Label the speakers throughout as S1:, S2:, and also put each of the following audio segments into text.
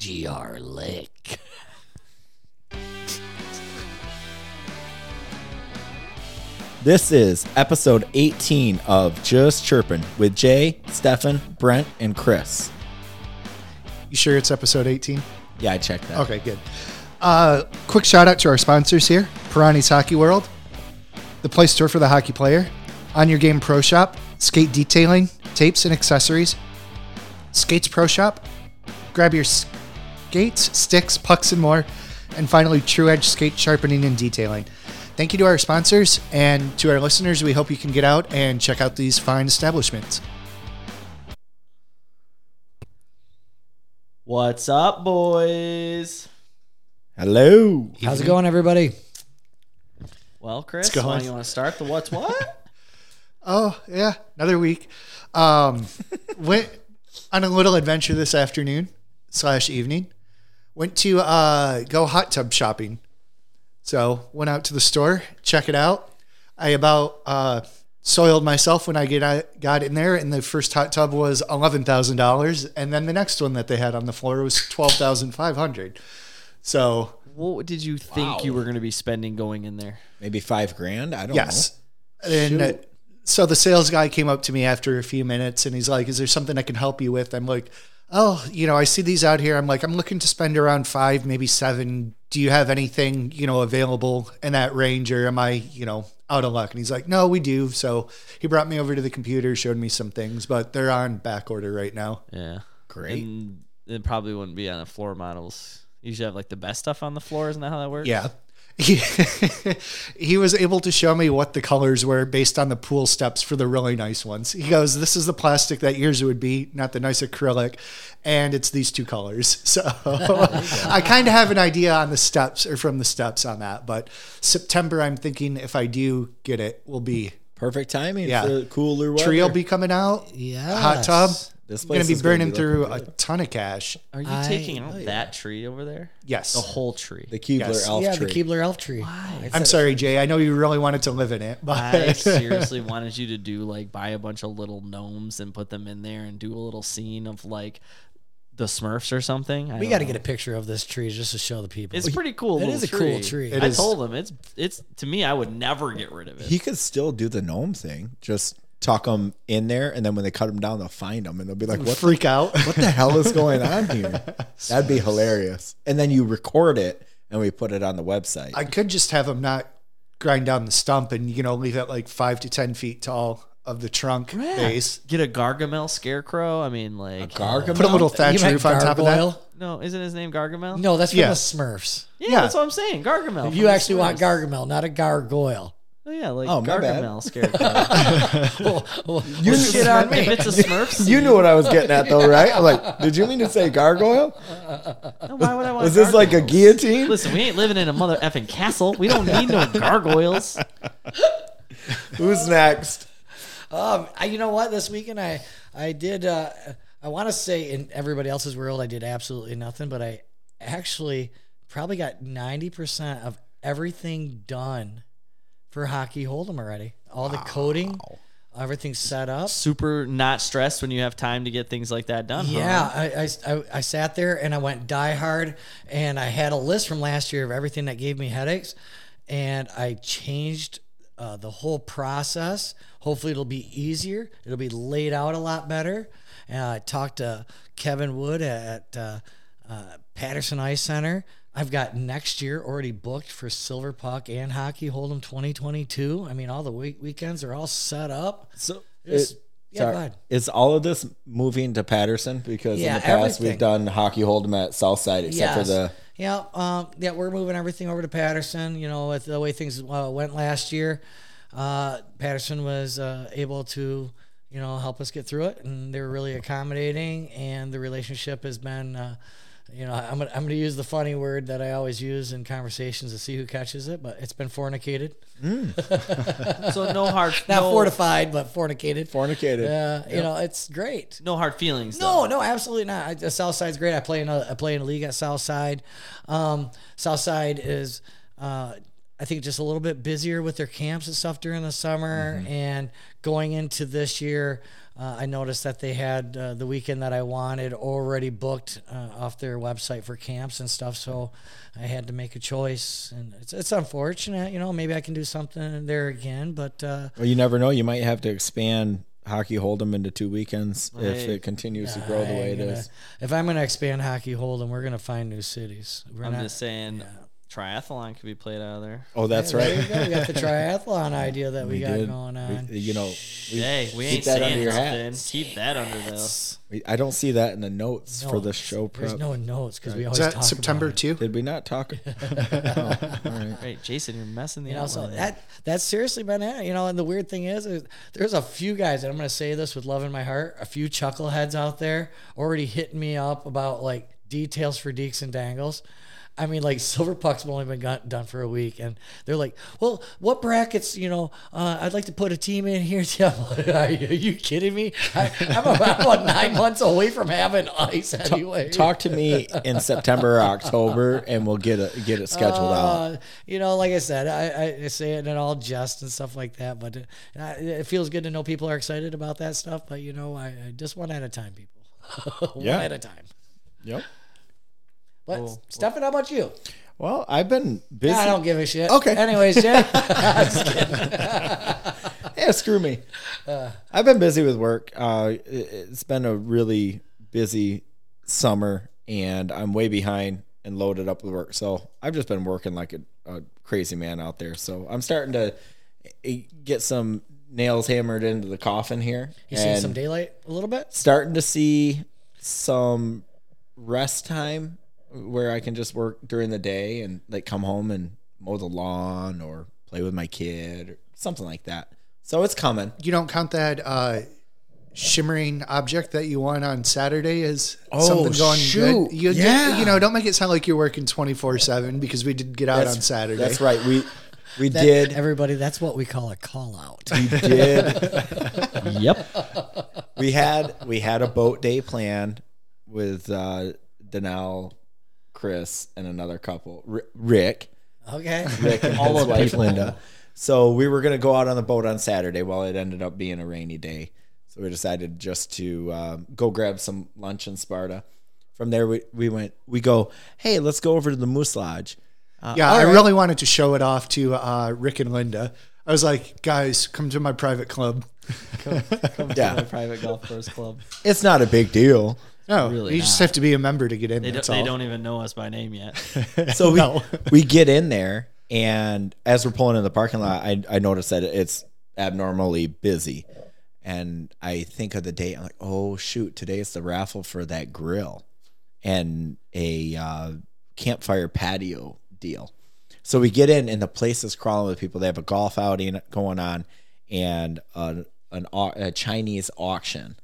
S1: GR Lick.
S2: This is episode 18 of Just Chirpin' with Jay, Stefan, Brent, and Chris.
S3: You sure it's episode 18?
S2: Yeah, I checked that.
S3: Okay, good. Uh, quick shout out to our sponsors here Pirani's Hockey World, the play store for the hockey player, On Your Game Pro Shop, skate detailing, tapes and accessories, Skates Pro Shop, grab your skates, sticks, pucks, and more, and finally True Edge Skate Sharpening and Detailing. Thank you to our sponsors and to our listeners. We hope you can get out and check out these fine establishments.
S4: What's up, boys?
S2: Hello.
S1: How's it going, everybody?
S4: Well, Chris,
S3: going.
S4: why do you want to start the what's what?
S3: Oh yeah, another week. Um, went on a little adventure this afternoon slash evening. Went to uh, go hot tub shopping. So went out to the store, check it out. I about uh, soiled myself when I get I got in there, and the first hot tub was eleven thousand dollars, and then the next one that they had on the floor was twelve thousand five hundred. So
S4: what did you think you were going to be spending going in there?
S2: Maybe five grand? I don't
S3: Yes. And uh, so the sales guy came up to me after a few minutes and he's like, Is there something I can help you with? I'm like, Oh, you know, I see these out here. I'm like, I'm looking to spend around five, maybe seven. Do you have anything, you know, available in that range or am I, you know, out of luck? And he's like, No, we do. So he brought me over to the computer, showed me some things, but they're on back order right now.
S4: Yeah.
S2: Great.
S4: And it probably wouldn't be on the floor models. You usually have like the best stuff on the floor. Isn't that how that works?
S3: Yeah. He, he was able to show me what the colors were based on the pool steps for the really nice ones. He goes, This is the plastic that yours would be, not the nice acrylic. And it's these two colors. So I kind of have an idea on the steps or from the steps on that. But September, I'm thinking if I do get it, will be
S2: Perfect timing
S3: Yeah.
S2: for cooler weather.
S3: tree will be coming out.
S1: Yeah.
S3: Hot tub.
S2: This
S3: going
S2: place
S3: to be
S2: is gonna
S3: burning
S2: be
S3: through uh,
S2: looking
S3: a ton of cash.
S4: Are you
S1: I-
S4: taking out that tree over there?
S3: Yes.
S4: The whole tree.
S2: the Keebler
S3: Yes.
S2: elf
S1: yeah,
S2: tree.
S1: the Keebler elf tree.
S3: I'm sorry, Jay. I know you really wanted to live in it, but
S4: I seriously wanted you to do like buy a bunch of little gnomes and put them in there and do a little scene of like the Smurfs or something.
S1: We got to get a picture of this tree just to show the people.
S4: It's pretty cool.
S1: It
S4: little
S1: Oh, is a cool tree. It
S4: I
S3: is.
S4: told him it's it's to me. I would never get rid of it.
S2: he could still do the gnome thing. Just tuck them in there, and then when they cut them down, they'll find them, and they'll be like, "What the
S3: freak out.
S2: what the hell is going on here? That'd be hilarious. And then you record it and we put it on the website.
S3: I could just have him not grind down the stump and you know leave it like five to ten feet tall of the trunk base.
S4: Get a Gargamel scarecrow. I mean, like
S2: Gargamel.
S3: Put a little thatch
S1: You meant
S3: roof on top of that.
S1: gargoyle?
S4: no, isn't his name Gargamel?
S1: No, that's from
S3: Yeah.
S1: the Smurfs.
S4: yeah,
S3: yeah.
S4: that's what I'm saying. Gargamel.
S1: If
S4: from
S1: you
S4: Oh, the
S1: actually want
S4: Smurfs.
S1: Gargamel, not a gargoyle.
S4: oh, yeah, like
S2: Oh, my bad.
S4: Gargamel scarecrow.
S1: you
S2: shit on
S4: if it's a Smurf, scene,
S2: You knew what I was getting at though, right? I'm like, did you mean to say gargoyle?
S4: no, why would I want?
S2: Was this like a
S4: gargoyles?
S2: guillotine?
S4: Listen, we ain't living in a mother effing castle. We don't need no gargoyles.
S2: Who's next?
S1: Um, I, you know what? This weekend I I did. Uh, I want to say in everybody else's world I did absolutely nothing, but I actually probably got ninety percent of everything done for hockey hold'em already. All the coding, everything's set up.
S4: Super not stressed when you have time to get things like that done. huh?
S1: Yeah, I, I, I, I sat there and I went die hard, and I had a list from last year of everything that gave me headaches, and I changed uh, the whole process. Hopefully, it'll be easier. It'll be laid out a lot better. And I talked to Kevin Wood at uh, uh, Patterson Ice Center. I've got next year already booked for Silver Puck and Hockey Hold'em 2022. I mean, all the week- weekends are all set up.
S2: So
S1: It's- yeah, go ahead.
S2: Is all of this moving to Patterson? Because in
S1: Yeah,
S2: the past
S1: everything.
S2: we've done hockey hold'em at Southside, except for the
S1: yeah um, yeah we're moving everything over to Patterson you know with the way things uh, went last year uh, Patterson was uh, able to you know help us get through it and they were really accommodating and the relationship has been uh, you know I'm gonna, I'm gonna use the funny word that I always use in conversations to see who catches it but it's been fornicated
S4: So no hard,
S1: not
S4: no,
S1: fortified but fornicated
S2: Oh. fornicated.
S1: uh, you know it's great
S4: no hard feelings. though.
S1: No, no, absolutely not. I, uh, Southside's great. I play in a I play in a league at Southside. Um, Southside is uh, I think just a little bit busier with their camps and stuff during the summer. And going into this year, uh, I noticed that they had uh, the weekend that I wanted already booked uh, off their website for camps and stuff. So I had to make a choice, and it's it's unfortunate. You know, maybe I can do something there again, but uh,
S2: Well, you never know. You might have to expand hockey hold'em into two weekends if
S4: Right.
S2: it continues to grow the way it
S1: I'm gonna-
S2: is.
S1: If I'm going to expand hockey hold'em, we're going to find new cities. We're
S4: I'm
S1: not.
S4: just saying, triathlon could be played out of there.
S2: Oh, that's
S1: There you
S2: right.
S1: go. We got the triathlon idea that we, got
S2: did.
S1: going
S2: We-
S1: on.
S2: you know, we,
S4: hey, we
S2: keep
S4: ain't
S2: that
S4: saying
S2: under your hat.
S4: nothing. Keep that under the.
S2: we- I don't see that in the notes for the
S1: Notes.
S2: show
S1: There's
S2: prep.
S1: no notes because we
S3: Is
S1: always
S3: that
S1: talk
S3: September
S1: about it.
S3: too?
S2: Did we not talk?
S4: Right, Jason, you're messing the
S1: You know, so
S4: outline.
S1: that that's seriously been it. You know, and the weird thing is, is there's a few guys, and I'm going to say this with love in my heart, a few chuckleheads out there already hitting me up about like details for Deeks and Dangles. I mean, like Silver Puck's only been got, done for a week, and they're like, "Well, what brackets? You know, uh, I'd like to put a team in here." I'm like, Are you, are you kidding me? I, I'm about what, nine months away from having ice anyway.
S2: Talk to me in September or October, and we'll get it get it scheduled out.
S1: Uh, you know, like I said, I, I say it in all jest and stuff like that, but it, I- it feels good to know people are excited about that stuff. But you know, I, I just one at a time, people. one
S2: Yeah.
S1: at a time.
S2: Yep.
S1: But Stefan, how about you?
S2: Well, I've been busy.
S1: I don't give a shit.
S2: Okay.
S1: Anyways, Jay.
S2: yeah, screw me.
S1: Uh.
S2: I've been busy with work. Uh, it- it's been a really busy summer, and I'm way behind and loaded up with work. So I've just been working like a, a crazy man out there. So I'm starting to eh, get some nails hammered into the coffin here.
S1: you seen
S2: and
S1: some daylight a little bit?
S2: starting to see some rest time where I can just work during the day and like come home and mow the lawn or play with my kid or something like that. So it's coming.
S3: You don't count that uh, shimmering object that you won on Saturday as something going
S2: shoot.
S3: good. You, ju-
S2: Yeah.
S3: you know, don't make it sound like you're working 24 7 because we did get out on Saturday.
S2: That's right. We we
S1: That-
S2: did
S1: Everybody, that's what we call a call out.
S2: we did
S4: yep.
S2: we had we had a boat day planned with uh Danelle, Chris, and another couple. R- Rick.
S1: Okay.
S2: Rick and his wife Linda. So we were gonna go out on the boat on Saturday. Well, it ended up being a rainy day, so we decided just to um, go grab some lunch in Sparta. From there, we, we went. We go. Hey, let's go over to the Moose Lodge.
S3: Yeah, I really wanted to show it off to uh, Rick and Linda. I was like, guys, come to my private club.
S2: Yeah,
S4: Private golf course club.
S2: it's not a big deal.
S3: No,
S4: Really
S3: you just have to be a member to get in.
S4: They don't,
S3: that's
S4: they
S3: all.
S4: don't even know us by name yet.
S2: So we
S3: No.
S2: we get in there, and as we're pulling in the parking lot, I I notice that it's abnormally busy, and I think of the date. I'm like, oh shoot, today is the raffle for that grill, and a uh, campfire patio deal. So we get in, and the place is crawling with people. They have a golf outing going on, and an an au- a Chinese auction.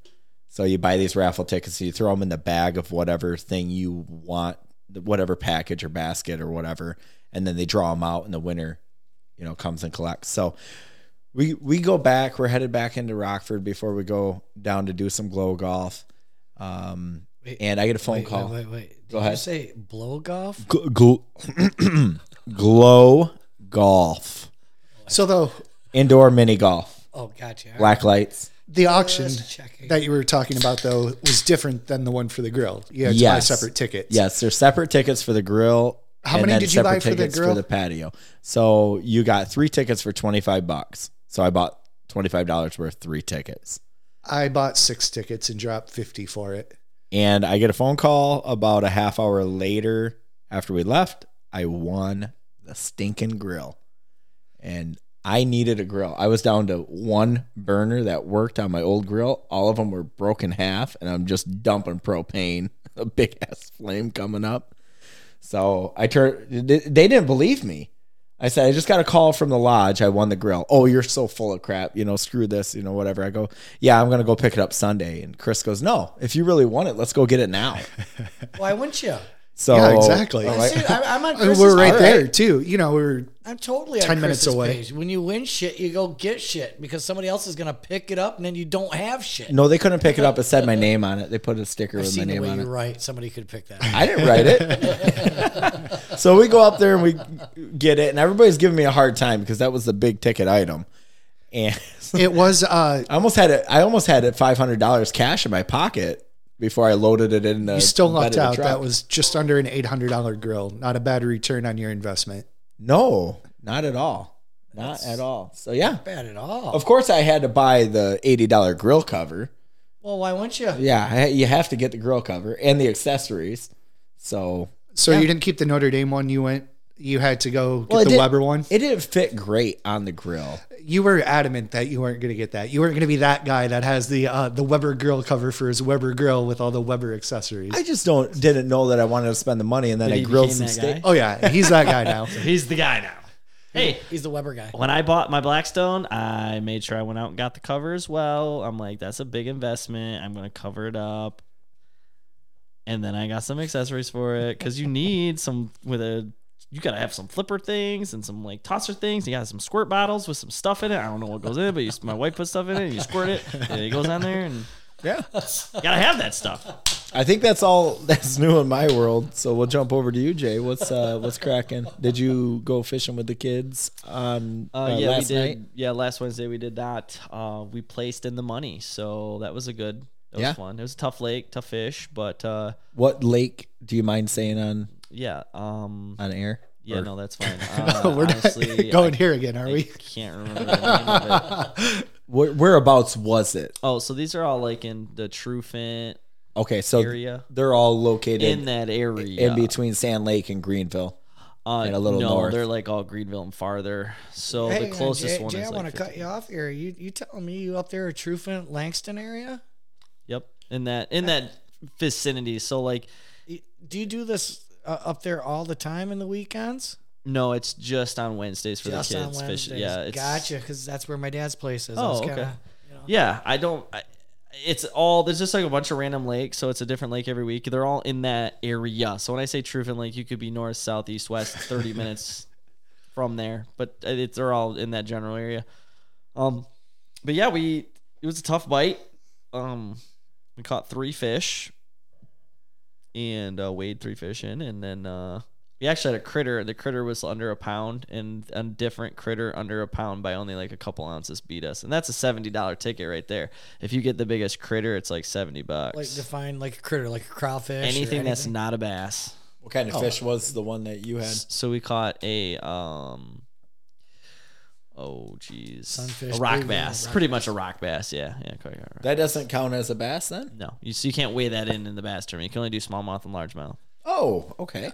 S2: So you buy these raffle tickets, you throw them in the bag of whatever thing you want, whatever package or basket or whatever, and then they draw them out, and the winner, you know, comes and collects. So we we go back. We're headed back into Rockford before we go down to do some glow golf. Um,
S1: Wait,
S2: and I get a phone
S1: Wait,
S2: call.
S1: wait, wait, wait. Did
S2: Go
S1: you
S2: ahead.
S1: say blow golf?
S2: Gl- gl- glow golf,
S3: So, though,
S2: indoor mini golf,
S1: Oh, gotcha. All right.
S2: black lights.
S3: the auction
S1: Just checking.
S3: that you were talking about, though, was different than the one for the grill. You had to
S2: Yes.
S3: buy separate tickets.
S2: Yes, there's separate tickets for the grill.
S3: How many did you
S2: separate
S3: buy for the
S2: tickets
S3: grill?
S2: For the patio. So you got three tickets for twenty five bucks. So I bought twenty five dollars worth three tickets,
S3: I bought six tickets and dropped 50 for it.
S2: and I get a phone call about a half hour later after we left. I won the stinking grill, and I needed a grill. I was down to one burner that worked on my old grill. All of them were broken half, and I'm just dumping propane. A big ass flame coming up. So I turned. They didn't believe me. I said, I just got a call from the lodge. I won the grill. Oh, you're so full of crap. You know, screw this. You know, whatever. I go, yeah, I'm gonna go pick it up Sunday. And Chris goes, no, if you really want it, let's go get it now.
S1: Why wouldn't you?
S2: So
S3: Yeah, exactly.
S2: I'm
S1: But
S2: like-
S1: seriously, I'm, I'm on
S3: I mean,
S1: Chris's
S3: we're right
S2: all
S3: there
S2: right.
S3: too. You know, we're
S1: I'm totally
S3: 10
S1: on
S3: minutes
S1: Chris's
S3: away.
S1: Page. When you win shit, you go get shit because somebody else is gonna pick it up, and then you don't have shit.
S2: no, they couldn't pick it up. It said my name on it. They put a sticker
S1: I've
S2: with my
S1: seen the
S2: name
S1: way
S2: on
S1: you
S2: it.
S1: write. Somebody could pick that.
S2: I didn't write it. so we go up there and we get it, and everybody's giving me a hard time because that was the big ticket item. And
S3: it was uh
S2: I almost had it. I almost had it five hundred dollars cash in my pocket before I loaded it in. The
S3: you still
S2: bed of
S3: lucked
S2: the
S3: out.
S2: truck.
S3: That was just under an eight hundred dollar grill. Not a bad return on your investment.
S2: no, not at all, not at all. So yeah,
S1: Bad at all.
S2: of course I had to buy the eighty dollar grill cover.
S1: Well, why wouldn't you?
S2: Yeah, I- you have to get the grill cover and the accessories. So
S3: So you didn't keep the Notre Dame one. You went. You had to go get
S2: Well, it
S3: the
S2: did-
S3: Weber one.
S2: it didn't fit great on the grill.
S3: You were adamant that you weren't going to get that. You weren't going to be that guy that has the uh, the Weber grill cover for his Weber grill with all the Weber accessories.
S2: I just don't didn't know that I wanted to spend the money, and then
S4: That
S2: I
S4: he
S2: grilled
S4: became
S2: some
S4: that
S2: steak.
S4: guy?
S3: oh yeah, he's that guy now.
S4: He's the guy now. Hey,
S1: He's the Weber guy.
S4: when I bought my Blackstone, I made sure I went out and got the cover as well. I'm like, that's a big investment. I'm going to cover it up. And then I got some accessories for it because you need some with a. You gotta have some flipper things and some like tosser things. You got some squirt bottles with some stuff in it. I don't know what goes in it, but you, my wife puts stuff in it. and You squirt it, and it goes on there, and
S2: Yeah,
S4: you gotta have that stuff.
S2: I think that's all that's new in my world. So we'll jump over to you, Jay. What's uh, what's cracking? Did you go fishing with the kids on uh,
S4: Uh, yeah,
S2: last
S4: we did.
S2: night?
S4: Yeah, last Wednesday we did that. Uh, we placed in the money, so that was a good. That
S2: Yeah.
S4: was fun. It was a tough lake, tough fish, but uh,
S2: What lake do you mind saying on
S4: yeah, um,
S2: on air?
S4: yeah,
S2: Or-
S4: no, that's fine. Uh,
S3: We're
S4: honestly,
S3: not going
S4: I,
S3: here again, are
S4: I
S3: we?
S4: can't remember the name of it.
S2: Where, whereabouts was it?
S4: Oh, so these are all like in the Truefant
S2: Okay, so
S4: Area.
S2: they're all located
S4: in
S2: in,
S4: that area.
S2: between Sand Lake and Greenville.
S4: uh,
S2: and a little
S4: no,
S2: north.
S4: they're like all Greenville and farther. So
S1: Hey,
S4: the
S1: uh,
S4: closest
S1: Jay,
S4: one
S1: Jay,
S4: is
S1: I
S4: like
S1: want to cut
S4: 15.
S1: you off here. You you telling me you up there at Trufant Langston area?
S4: Yep, in that in that vicinity. So like
S1: Y- Do you do this uh, up there all the time in the weekends?
S4: No, it's just on Wednesdays for
S1: Just
S4: the
S1: on
S4: kids.
S1: Wednesdays.
S4: Fish, yeah, it's,
S1: gotcha. Because that's where my dad's place is. I
S4: Oh,
S1: was
S4: okay.
S1: kinda-
S4: Yeah, I don't. I, it's all there's just like a bunch of random lakes, so it's a different lake every week. They're all in that area. So when I say Trufen Lake, you could be north, south, east, west, 30 minutes from there, but uh, it's they're all in that general area. Um, but yeah, we it was a tough bite. Um, we caught three fish and uh, weighed three fish in, and then uh, we actually had a critter. The critter was under a pound, and a different critter under a pound by only like a couple ounces beat us, and that's a seventy dollar ticket right there. If you get the biggest critter, it's like seventy bucks.
S1: Like define like a critter, like a crawfish. or
S4: anything, that's
S1: anything.
S4: not a bass.
S2: What kind
S4: Oh.
S2: of fish was the one that you had?
S4: So we caught a um. Oh geez,
S1: Sunfish,
S4: a rock
S1: bluegill,
S4: bass,
S1: rock
S4: pretty much a rock bass. Yeah, yeah. Correct, correct, correct.
S2: That doesn't count as a bass then?
S4: No, you so you can't weigh that in in the bass tournament. You can only do smallmouth and largemouth.
S2: Oh, okay.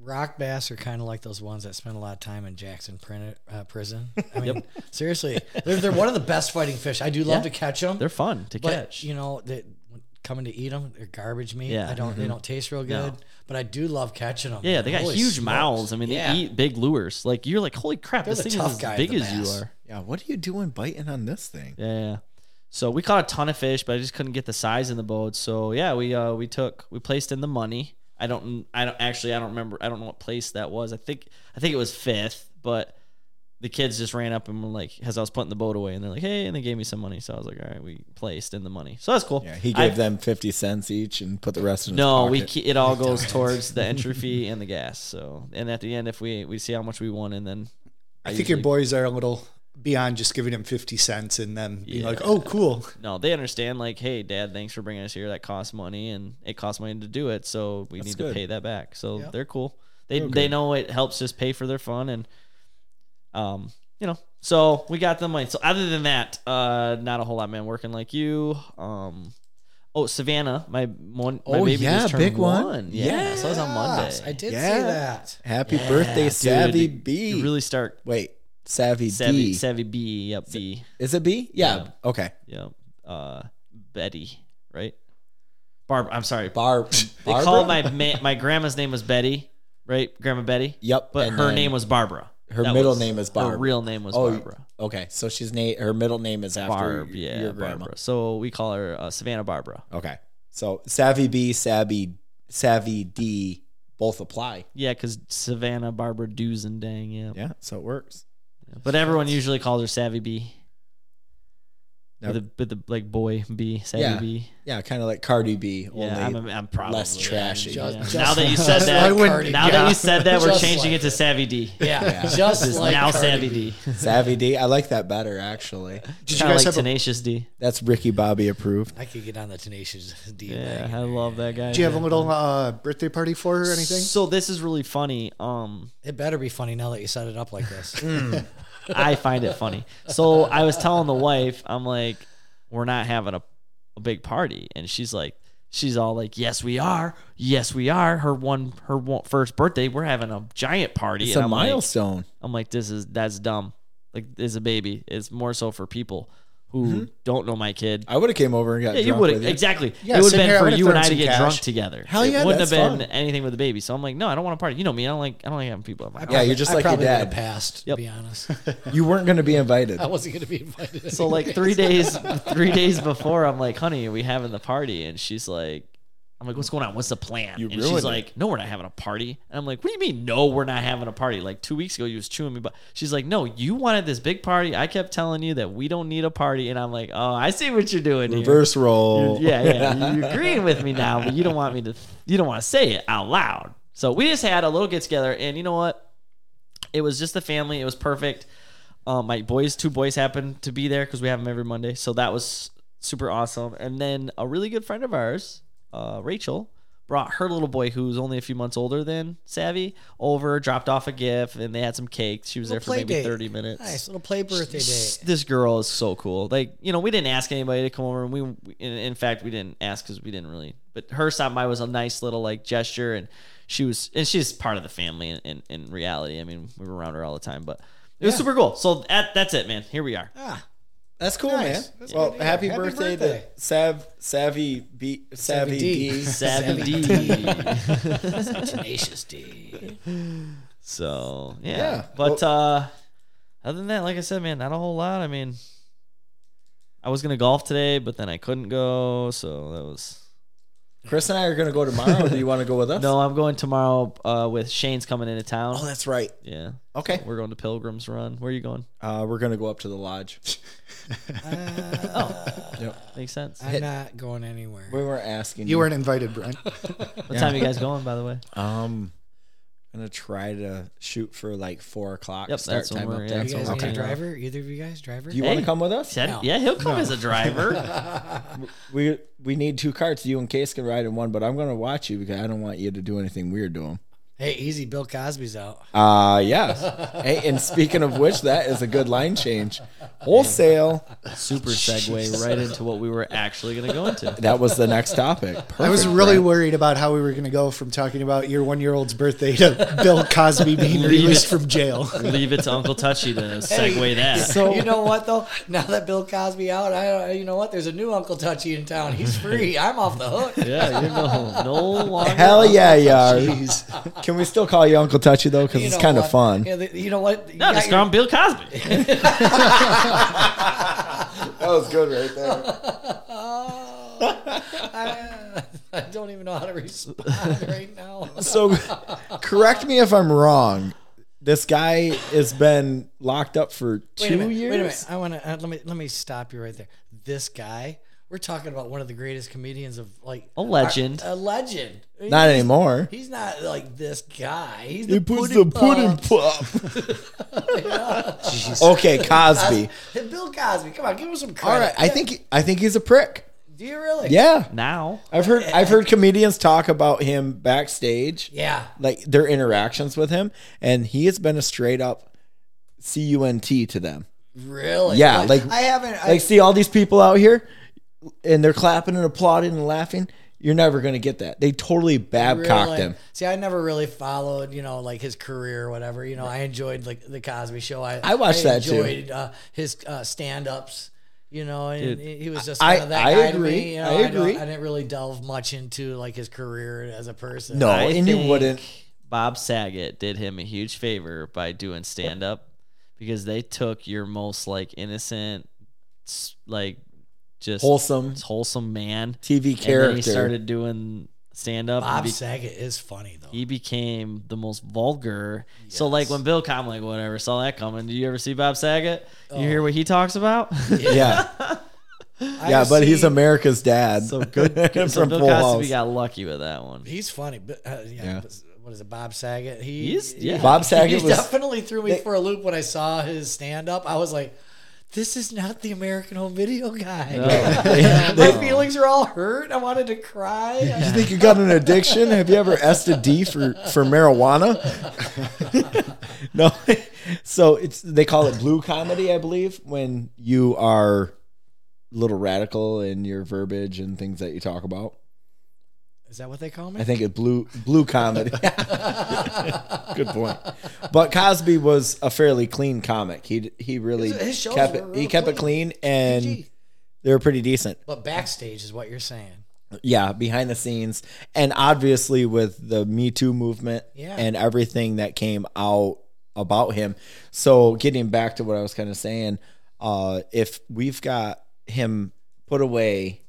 S1: rock bass are kind of like those ones that spend a lot of time in Jackson prin- uh, prison. I mean, seriously, they're, they're one of the best fighting fish. I do love
S4: Yeah.
S1: to catch them.
S4: They're fun to
S1: but
S4: catch.
S1: you know that coming to eat them, they're garbage meat.
S4: Yeah. Mm-hmm.
S1: I don't. They don't taste real good. But I do love catching them.
S4: yeah, they got huge mouths. I mean,
S2: Yeah.
S4: they eat big lures. Like you're like, holy crap,
S1: They're
S4: this
S1: the
S4: thing
S1: tough
S4: is as
S1: guy of
S4: big
S1: the
S4: as you
S1: bass.
S4: are.
S2: Yeah, what are you doing biting on this thing?
S4: Yeah, yeah. So we caught a ton of fish, but I just couldn't get the size in the boat. So yeah, we uh we took we placed in the money. I don't I don't actually I don't remember I don't know what place that was. I think I think it was fifth, but the kids just ran up and were like, as I was putting the boat away, and they're like, hey, and they gave me some money. So I was like, all right, we placed in the money. So that's cool.
S2: Yeah, he
S4: I-
S2: gave them 50 cents each and put the rest in his
S4: No, we
S2: pocket.
S4: ke- it all goes towards the entry fee and the gas. So, and at the end, if we we see how much we won, and then
S3: I think your
S4: usually-
S3: boys are a little beyond just giving him fifty cents and then being like,
S4: Yeah.
S3: "Oh, cool."
S4: no, they understand. Like, hey, Dad, thanks for bringing us here. That costs money, and it costs money to do it. So we need
S2: good.
S4: to pay that back. So
S1: Yeah.
S4: they're cool. They they know it helps just pay for their fun, and um, you know. So we got the money. So other than that, uh, not a whole lot, man. Working like you, um. Oh, Savannah, my one, my
S2: Oh,
S4: baby
S2: yeah,
S4: just turned
S2: big one.
S4: Yeah, so it was on Monday.
S1: Yes, I did
S2: Yeah.
S1: see that.
S2: Happy birthday, Savvy
S4: Dude,
S2: B.
S4: You really start
S2: Wait, Savvy,
S4: Savvy,
S2: D.
S4: Savvy B, yep, B,
S2: Is it B? Yeah. Okay.
S4: yep, uh, Betty, right? Barb, I'm sorry.
S2: Bar.
S4: They called my ma- my grandma's name was Betty, right? Grandma Betty.
S2: Yep,
S4: But
S2: and
S4: her
S2: then
S4: name was Barbara.
S2: her
S4: That
S2: middle
S4: was-
S2: name is
S4: Her
S2: Barb.
S4: real name was
S2: Oh,
S4: Barbara.
S2: okay. So she's na- her middle name is after
S4: Barb,
S2: y-
S4: yeah,
S2: your grandma.
S4: Barbara. So we call her uh, Savannah Barbara.
S2: Okay. So Savvy B, Savvy, Savvy D, both apply.
S4: Yeah, because Savannah Barbara Duzendang. Yeah.
S2: Yeah, so it works.
S4: But everyone usually calls her Savvy B.
S2: Now-
S4: With the, with the like boy B, Savvy
S2: Yeah.
S4: B.
S2: Yeah, kind of like Cardi B. Only
S4: Yeah, I'm, I'm probably
S2: less trashy.
S1: Ju-
S4: Yeah.
S1: just-
S4: Now that you said
S3: I
S4: that,
S3: wouldn't-
S1: Cardi-
S4: now
S3: yeah.
S4: that you said that, we're
S1: Just
S4: changing
S1: like
S4: it to Savvy D.
S1: yeah,
S2: Yeah.
S1: just
S4: It's
S1: like
S4: now
S1: Cardi
S4: Savvy
S1: B.
S4: D.
S2: Savvy D. I like that better actually.
S3: Did you
S4: Kind of
S3: guys
S4: like
S3: have? A,
S4: Tenacious D.
S2: That's Ricky Bobby approved.
S1: I could get on the tenacious D.
S4: Yeah,
S1: wagon.
S4: I love that guy.
S3: did you have a little uh, birthday party for her or anything?
S4: So this is really funny. Um,
S1: It better be funny now that you set it up like this.
S4: I find it funny. So I was telling the wife, I'm like, we're not having a, a big party, and she's like, she's all like, yes we are, yes we are. Her one, her one, first birthday, we're having a giant party.
S2: It's
S4: and
S2: a
S4: I'm like-
S2: milestone.
S4: I'm like, this is that's dumb. Like, it's a baby. It's more so for people who don't know my kid.
S2: I would have came over and got
S4: Yeah, you
S2: drunk
S4: would have
S2: with you.
S4: exactly.
S3: Yeah,
S4: it would
S3: same
S4: have been
S3: here. I
S4: for
S3: would've
S4: you and
S3: thrown
S4: I to
S3: some
S4: get
S3: cash.
S4: drunk together.
S2: Hell
S4: it
S2: yeah,
S4: wouldn't
S2: that's
S4: have been
S2: fun.
S4: anything with the baby. So I'm like, no, I don't want to party. You know me. I don't like. I don't like having people. at my house.
S2: Yeah, you're just
S1: I
S2: like your
S1: probably would have
S2: dad.
S1: passed.
S4: Yep.
S1: To be honest,
S2: You weren't going to be invited.
S1: I wasn't going to be invited.
S4: So like three days, three days before, I'm like, honey, are we having the party? And she's like, I'm like, what's going on? What's the plan?
S2: You
S4: and
S2: ruined
S4: she's
S2: it.
S4: like, no, we're not having a party. And I'm like, what do you mean? No, we're not having a party. Like two weeks ago, you was chewing me, but she's like, no, you wanted this big party. I kept telling you that we don't need a party, and I'm like, oh, I see what you're doing. here.
S2: Reverse roll.
S4: Yeah, yeah. You're agreeing with me now, but you don't want me to. You don't want to say it out loud. So we just had a little get together, and you know what? It was just the family. It was perfect. Um, my boys, two boys, happened to be there because we have them every Monday, so that was super awesome. And then a really good friend of ours, uh, Rachel, brought her little boy, who's only a few months older than Savvy, over, dropped off a gift, and they had some cakes. She was there for
S1: play
S4: maybe
S1: date.
S4: thirty minutes.
S1: nice little play birthday
S4: S-
S1: date.
S4: This girl is so cool. Like you know, we didn't ask anybody to come over, and we we- in, in fact we didn't ask because we didn't really. But her stopping by was a nice little like gesture, and she was and she's part of the family in, in, in reality. I mean, we were around her all the time, but it was super cool. So that that's it, man. Here we are.
S1: Ah,
S2: That's cool,
S1: Nice.
S2: man.
S1: That's
S2: well,
S1: good to hear.
S2: happy,
S1: Happy
S2: birthday,
S1: birthday.
S2: to Sav Savvy B Savvy
S1: Savvy
S2: D.
S1: D.
S4: Savvy D.
S1: tenacious D.
S4: so yeah,
S2: Yeah.
S4: but uh, other than that, like I said, man, not a whole lot. I mean, I was gonna golf today, but then I couldn't go, so that was
S2: Chris and I are gonna go tomorrow. Do you want to go with us?
S4: No, I'm going tomorrow uh, with Shane's coming into town.
S2: Oh, that's right.
S4: yeah.
S2: Okay.
S4: We're going to Pilgrim's Run. Where are you going?
S2: Uh, we're gonna go up to the lodge.
S4: Makes sense.
S1: I'm not going anywhere.
S2: We were asking.
S3: You weren't invited, Brent.
S4: What time are you guys going, by the way?
S2: Um, gonna try to shoot for like four o'clock.
S4: Yep,
S2: start
S4: that's when
S2: time
S4: we're-
S2: up
S4: yeah,
S2: there.
S1: you guys
S4: Okay.
S1: need a driver? Either of you guys driver?
S2: Do you want
S4: Hey.
S2: to come with us?
S4: Ted- Yeah, he'll come as a driver.
S2: We we need two carts. You and Case can ride in one, but I'm gonna watch you because I don't want you to do anything weird to him.
S1: hey, easy. Bill Cosby's out.
S2: Uh yes. hey, and speaking of which, that is a good line change. Wholesale.
S4: Super segue right into what we were actually going to go into.
S2: That was the next topic.
S3: I was
S2: Perfect,
S3: really
S2: Brent.
S3: worried about how we were going to go from talking about your one year old's birthday to Bill Cosby being released from jail.
S4: Leave it to Uncle Touchy to segue that.
S1: So you know what though? Now that Bill Cosby out, I you know what? There's a new Uncle Touchy in town. He's free. I'm off the hook.
S4: yeah, you're no, no longer.
S2: Hell yeah, you are. Can we still call you Uncle Touchy though? Because
S1: You
S2: it's
S1: know
S2: kind of
S1: what?
S2: fun.
S1: Yeah, the- you know what? You
S4: No,
S1: got
S4: just
S1: your-
S4: call him Bill Cosby.
S2: That was good right there.
S1: I, I don't even know how to respond right now.
S2: So, correct me if I'm wrong. This guy has been locked up for two
S1: Wait a minute,
S2: years.
S1: Wait a minute. I want to uh, let me let me stop you right there. This guy, we're talking about one of the greatest comedians of like
S4: A legend.
S1: a legend.
S2: Not anymore.
S1: He's not like this guy. He's
S2: He
S1: the
S2: puts
S1: pudding
S2: the pudding
S1: pop.
S2: pop. okay, Cosby.
S1: Hey, Bill Cosby, come on, give him some credit.
S2: All right, I think I think he's a prick.
S1: Do you really?
S2: Yeah,
S4: Now,
S2: I've heard I've heard comedians talk about him backstage.
S1: Yeah.
S2: like their interactions with him, and he has been a straight up C U N T to them.
S1: Really?
S2: Yeah, like-
S1: I haven't. I,
S2: Like, see all these people out here, and they're clapping and applauding and laughing. You're never gonna get that. They totally babcocked
S1: really-
S2: him.
S1: See, I never really followed, you know, like his career or whatever. You know, I enjoyed like the Cosby Show. I
S2: I watched that too.
S1: Enjoyed uh, his uh, stand-ups. You know, and
S4: Dude,
S1: he was just
S2: I-
S1: kind of that
S2: I
S1: guy
S2: agree.
S1: to me. You know,
S2: I
S1: don't-
S2: agree.
S1: I didn't really delve much into like his career as a person.
S2: No,
S4: I
S2: and you
S4: think
S2: wouldn't.
S4: Bob Saget did him a huge favor by doing stand up because they took your most like innocent, s- like just
S2: Wholesome
S4: wholesome man
S2: TV
S4: and then he
S2: character.
S4: started doing stand up.
S1: Bob Saget is funny though.
S4: he became the most vulgar. So like when Bill Comley, whatever, saw that coming. Did you ever see Bob Saget? You hear what he talks about?
S2: Yeah. yeah, but he's America's dad.
S4: so good.
S2: from
S4: so Bill
S2: Full
S4: Cosby
S2: House.
S4: got lucky with that one.
S1: he's funny. But uh, yeah,
S2: Yeah.
S1: but- what is it? Bob Saget. He
S4: He's
S1: he-
S4: yeah.
S2: Bob Saget
S1: he
S2: was
S1: definitely threw me
S2: they-
S1: for a loop when I saw his stand up. I was like, this is not the American Home Video guy. My feelings are all hurt. I wanted to cry.
S2: You think you got an addiction? Have you ever asked a D for, for marijuana? no. So it's they call it blue comedy, I believe, when you are a little radical in your verbiage and things that you talk about.
S1: Is that what they call me?
S2: I think it's blue blue comedy. Good point. But Cosby was a fairly clean comic. He he really
S1: His shows
S2: kept
S1: were
S2: it
S1: real
S2: he kept it
S1: clean.
S2: clean and
S1: PG.
S2: they were pretty decent.
S1: But backstage is what you're saying.
S2: yeah behind the scenes and obviously with the me too movement
S1: Yeah.
S2: and everything that came out about him so getting back to what i was kind of saying uh if we've got him put away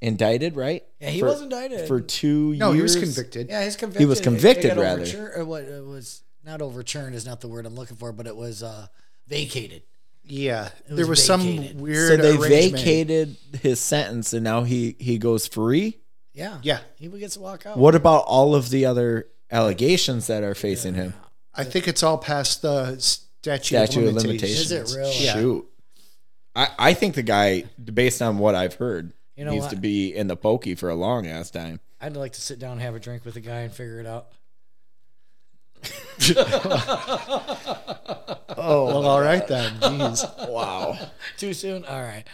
S2: indicted right
S1: Yeah, he
S2: For-
S1: was indicted.
S2: for two
S3: No, he
S2: years
S3: was convicted.
S1: yeah, he's convicted.
S2: He was convicted,
S1: It got
S2: rather.
S1: overtur- or what it was not overturned is not the word I'm looking for, but it was uh, vacated.
S3: Yeah,
S1: was
S3: there was
S1: vacated.
S3: some
S2: so
S3: weird.
S2: they
S3: arrangement.
S2: vacated his sentence and now he he goes free
S1: Yeah.
S3: Yeah.
S1: He would get to walk out.
S2: what about all of the other allegations that are facing him
S3: I think it's all past the statute,
S2: statute
S3: of limitations.
S1: Is it really?
S2: Shoot. I, I think the guy, based on what I've heard,
S1: You know
S2: needs
S1: what?
S2: to be in the pokey for a long ass time.
S1: I'd like to sit down and have a drink with the guy and figure it out.
S3: Oh, well, all right then. Jeez.
S2: Wow.
S1: Too soon? All right.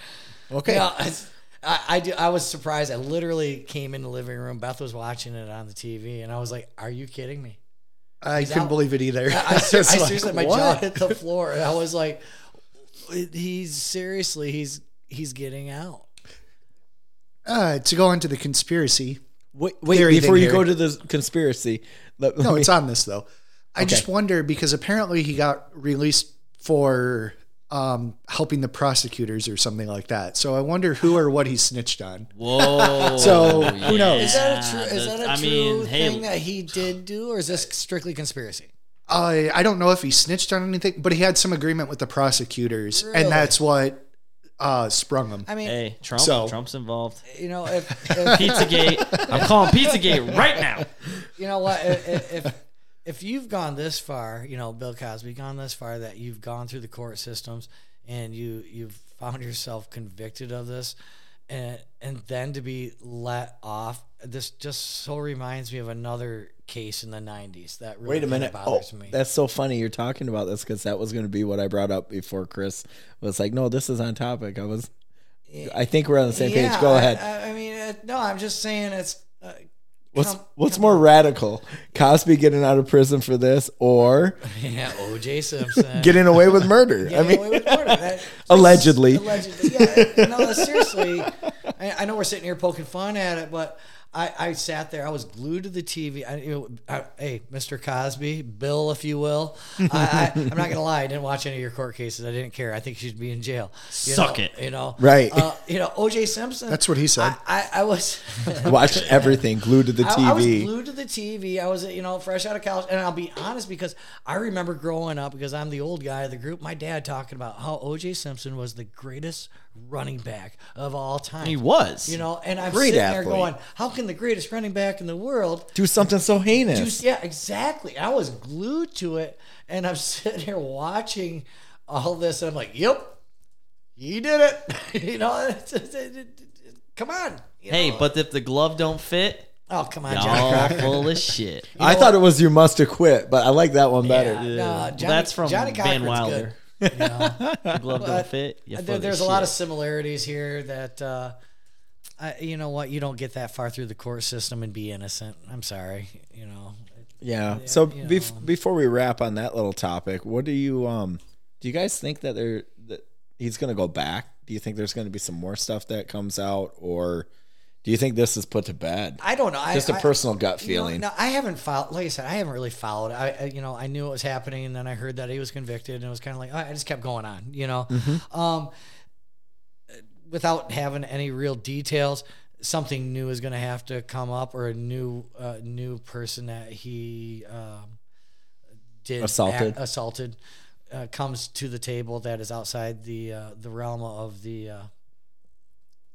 S2: Okay.
S1: Yeah, it's- I, I do. I was surprised. I literally came in the living room. Beth was watching it on the TV, and I was like, "Are you kidding me?"
S3: I couldn't
S1: out.
S3: believe it either.
S1: I, ser- I
S3: It's like,
S1: seriously, my
S3: what?
S1: jaw hit the floor, and I was like, "He's seriously, he's he's getting out."
S3: Uh, to go into the conspiracy.
S2: Wait, wait
S3: Theory
S2: before
S3: thing
S2: you go to
S3: here.
S2: the conspiracy, let,
S3: No,
S2: let me-
S3: it's on this though. I just wonder because apparently he got released for um, helping the prosecutors or something like that. So I wonder who or what he snitched on.
S4: Whoa.
S3: So, who knows?
S1: Is that a true? Is that a
S4: I
S1: true
S4: mean,
S1: thing
S4: hey,
S1: that he did do, or is this strictly conspiracy?
S3: I I don't know if he snitched on anything, but he had some agreement with the prosecutors,
S1: Really?
S3: and that's what uh, sprung him.
S1: I mean,
S4: hey, Trump.
S3: So-
S4: Trump's involved.
S1: you know, if, if
S4: Pizzagate. I'm calling Pizzagate right now.
S1: you know what if, if if you've gone this far you know bill cosby gone this far that you've gone through the court systems and you you've found yourself convicted of this and and then to be let off this just so reminds me of another case in the 90s that really
S2: wait a
S1: kinda
S2: minute. Oh,
S1: bothers me
S2: that's so funny you're talking about this because that was going to be what I brought up before Chris was like, no, this is on topic. I was, I think we're on the same page. Go
S1: I-
S2: ahead.
S1: I, I mean it, no i'm just saying it's uh,
S2: what's
S1: come-
S2: what's more radical, Cosby getting out of prison for this or
S1: yeah oj simpson
S2: getting away with murder? I
S1: Getting
S2: mean,
S1: away with murder. That-
S2: Allegedly.
S1: Allegedly. Yeah. No, that's seriously. I, I know we're sitting here poking fun at it, but I, I sat there. I was glued to the TV. I, you know, I, hey, Mr. Cosby, Bill, if you will. I, I, I'm not gonna lie. I didn't watch any of your court cases. I didn't care. I think you should be in jail. You
S4: Suck
S1: know,
S4: it.
S1: You know.
S2: Right.
S1: Uh, you know, O.J. Simpson.
S3: That's what he said.
S1: I, I, I was.
S2: watched everything glued to the
S1: I,
S2: TV.
S1: I was glued to the TV. I was, you know, fresh out of college. And I'll be honest because I remember growing up because I'm the old guy of the group. My dad talking about how OJ Simpson was the greatest running back of all time.
S4: He was.
S1: You know, and I'm
S2: Great
S1: sitting there
S2: athlete.
S1: going, how can the greatest running back in the world
S2: do something so
S1: do?
S2: heinous.
S1: Yeah, exactly. I was glued to it. And I'm sitting here watching all this. And I'm like, yep, he did it. you know, it's- it's- it- it- it- come on. you
S4: Hey,
S1: know.
S4: but if the glove don't fit,
S1: oh, come on, John
S4: y'all
S1: Crocker.
S4: full of shit.
S2: I thought it was you must have quit, but I like that one better.
S1: Yeah, no,
S4: Well,
S1: Johnny-
S4: that's from
S1: Johnny
S4: Van
S1: Cochran's
S4: Wilder.
S1: good, you know.
S4: The glove don't fit. you full
S1: There- there's a
S4: shit.
S1: lot of similarities here that, uh, I, you know what, you don't get that far through the court system and be innocent. I'm sorry, you know.
S2: Yeah. So
S1: you
S2: bef-
S1: know.
S2: before we wrap on that little topic, what do you um do you guys think that there that he's going to go back? Do you think there's going to be some more stuff that comes out or do you think this is put to bed?
S1: I don't know.
S2: Just
S1: a
S2: a personal gut
S1: You know,
S2: feeling.
S1: no, I haven't followed. Like I said, I haven't really followed. I, I- you know, I knew it was happening, and then I heard that he was convicted, and it was kind of like I I just kept going
S2: Mm-hmm.
S1: on. You know, um, without having any real details. something new is going to have to come up or a new uh, new person that he um, did
S2: Assaulted.
S1: a- assaulted uh, comes to the table that is outside the uh, the realm of the uh,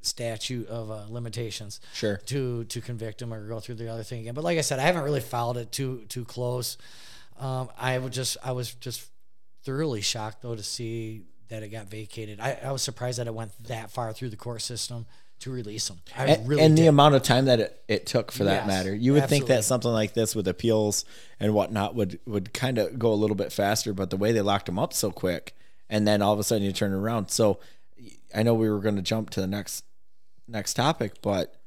S1: statute of uh, limitations
S2: Sure.
S1: to to convict him or go through the other thing again. But like I said, I haven't really followed it too too close. Um, I would just I was just thoroughly shocked though to see that it got vacated. I, I was surprised that it went that far through the court system to release him. I
S2: And,
S1: really
S2: and the
S1: did.
S2: amount of time that it, it took for that
S1: Yes,
S2: matter. You would think
S1: absolutely.
S2: that something like this with appeals and whatnot would, would kind of go a little bit faster, but the way they locked him up so quick and then all of a sudden you turn around. So I know we were going to jump to the next, next topic, but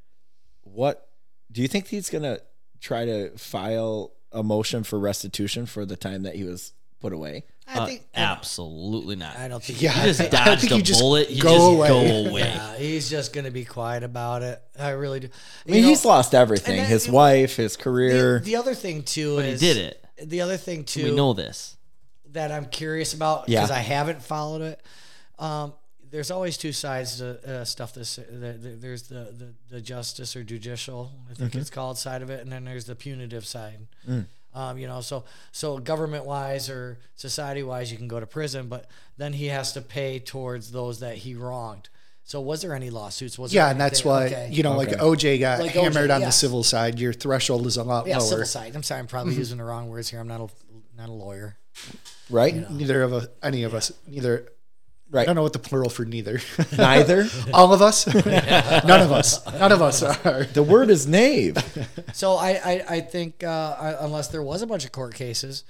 S2: what do you think he's going to try to file a motion for restitution for the time that he was put away?
S1: I think
S4: Absolutely not.
S1: I don't think.
S3: Yeah,
S1: Yeah,
S4: He just
S3: I think
S4: dodged
S3: you
S4: a
S3: just
S4: bullet. He
S3: go
S4: just
S3: away.
S4: go away.
S1: he's just gonna be quiet about it. I really do.
S2: I mean,
S1: You know,
S2: he's lost everything:
S1: and that-
S2: his wife, his
S1: the,
S2: career.
S1: the other thing too
S4: But he
S1: is
S4: did it.
S1: The other thing too.
S4: We know this.
S1: that I'm curious about
S2: Yeah.
S1: because I haven't followed it. Um, there's always two sides to uh, stuff. This the, the, there's the, the the justice or judicial, I think
S3: Mm-hmm.
S1: it's called side of it, and then there's the punitive side.
S3: Mm.
S1: Um, you know, so so government wise or society wise, you can go to prison, but then he has to pay towards those that he wronged. So was there any lawsuits? Was there
S3: Yeah, and that's
S1: anything-
S3: why
S1: okay.
S3: you know, like OJ got
S1: Like OJ,
S3: hammered on
S1: yeah.
S3: the civil side. Your threshold is a lot
S1: yeah,
S3: lower.
S1: civil side. I'm sorry, I'm probably
S3: Mm-hmm.
S1: using the wrong words here. I'm not a not a lawyer.
S2: right?
S3: Neither of us, any of us, neither.
S2: Right.
S3: I don't know what the plural for neither.
S2: Neither.
S3: All of us, none of us, none of us are.
S2: the word is knave.
S1: So I, I, I think uh, I, unless there was a bunch of court cases,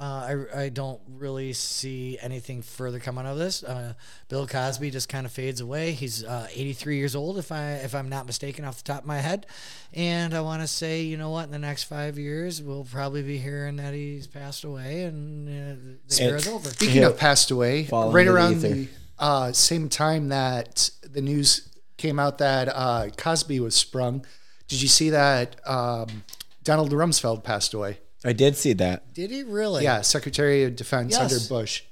S1: uh, I, I don't really see anything further coming out of this. Uh, Bill Cosby just kind of fades away. He's uh, 83 years old, if I if I'm not mistaken, off the top of my head. And I want to say, you know what? In the next five years, we'll probably be hearing that he's passed away, and uh, the era is over.
S3: Speaking of passed away,
S2: Fall
S3: right
S2: into the
S3: around
S2: ether.
S3: the uh, same time that the news came out that uh, Cosby was sprung, did you see that um, Donald Rumsfeld passed away?
S2: I did see that.
S1: Did he really?
S3: Yeah, Secretary of Defense
S1: Yes.
S3: under Bush.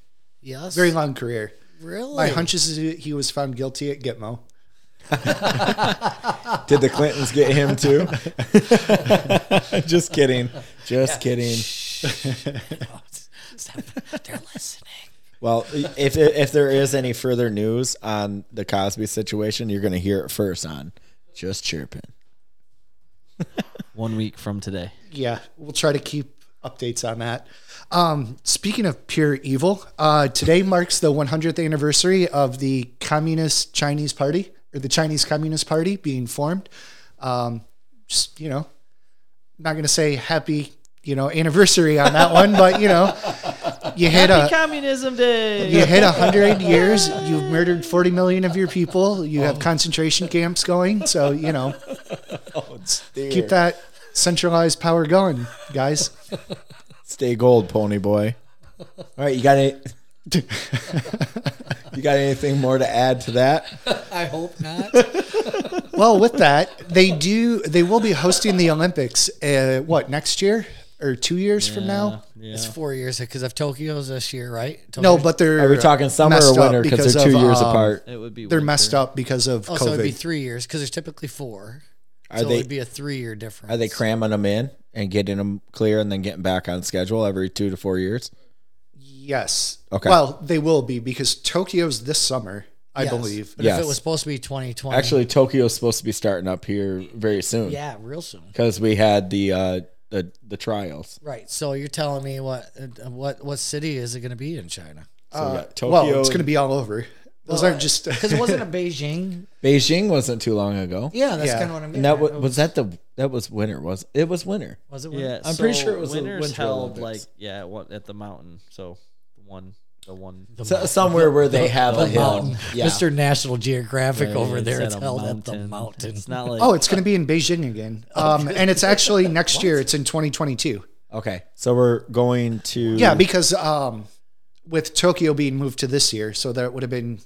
S1: Yes.
S3: Very long career.
S1: really.
S3: My hunch is he was found guilty at Gitmo.
S2: Did the Clintons get him too? Just kidding. Just kidding.
S1: Stop. They're listening.
S2: Well, if if there is any further news on the Cosby situation, you're going to hear it first on Just Chirping.
S4: One week from today.
S3: yeah, we'll try to keep updates on that. Um, speaking of pure evil, uh, today marks the 100th anniversary of the Communist Chinese Party or the Chinese Communist Party being formed. Um, just you know, not gonna say happy you know anniversary on that one, but you know, you hit a
S4: Communism Day.
S3: you hit 100 years you've murdered 40 million of your people you have concentration camps going so you know
S1: Oh,
S3: keep that centralized power going guys
S2: Stay gold, pony boy. All right, you got it. you got anything more to add to that?
S1: I hope not.
S3: well with that they do they will be hosting the olympics uh, what next year or two years from now
S4: Yeah.
S1: It's four years because of Tokyo's this year, right?
S3: no
S1: Tokyo's-
S3: but they're
S2: Are we talking summer or
S3: messed up
S2: winter? Because they're
S3: of,
S2: two years
S3: um,
S2: apart.
S4: It would be.
S3: they're
S4: winter.
S3: messed up because of
S1: oh, so it'd be
S3: covid
S1: three years because there's typically four.
S2: Are
S1: so
S2: they-
S1: it'd be a three-year difference.
S2: Are they cramming them in and getting them clear and then getting back on schedule every two to four years?
S3: yes
S2: Okay.
S3: well they will be because tokyo's this summer i
S1: Yes.
S3: believe
S1: But if
S2: Yes.
S1: it was supposed to be 2020,
S2: Actually, Tokyo's supposed to be starting up here very soon
S1: yeah, real soon.
S2: because we had the uh, the the trials.
S1: Right. So you're telling me what uh, what what city is it going to be in China?
S2: So we got
S3: Uh, well it's going to be all over those aren't just
S1: Because it wasn't a Beijing.
S2: Beijing wasn't too long ago.
S1: Yeah, that's
S3: Yeah.
S1: kind of what I'm
S2: And
S1: getting.
S2: that
S1: at.
S2: was, was that the that was winter was it was winter.
S1: was it? when-
S4: Yeah,
S2: I'm pretty
S4: so
S2: sure it was the
S4: winter's
S2: Winter
S4: held
S2: Olympics.
S4: like yeah one- at the mountain. So the one, the one.
S2: So, somewhere where they have
S1: The
S2: a hill.
S1: mountain.
S2: Yeah.
S1: Mr. National Geographic over
S4: It's
S1: there.
S4: at
S1: It's
S4: a
S1: held at the mountain.
S4: It's not like
S3: Oh, it's going to be in Beijing again.
S1: Oh,
S3: Um, and it's actually next year. It's in 2022.
S2: Okay, so we're going to
S3: Yeah, because um, with Tokyo being moved to this year, so that would have been,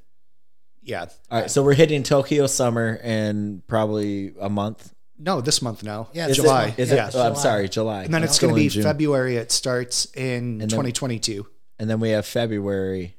S3: yeah,
S2: All right, so we're hitting Tokyo summer in probably a month.
S3: no, this month now.
S1: Yeah,
S3: Yeah,
S1: it's
S2: Is it-
S3: July.
S2: Is
S3: yeah.
S2: it? oh, I'm
S1: July.
S2: sorry, July.
S3: and then it's
S2: Still
S3: going to be
S2: in June.
S3: February. It starts in 2022.
S2: and then we have February.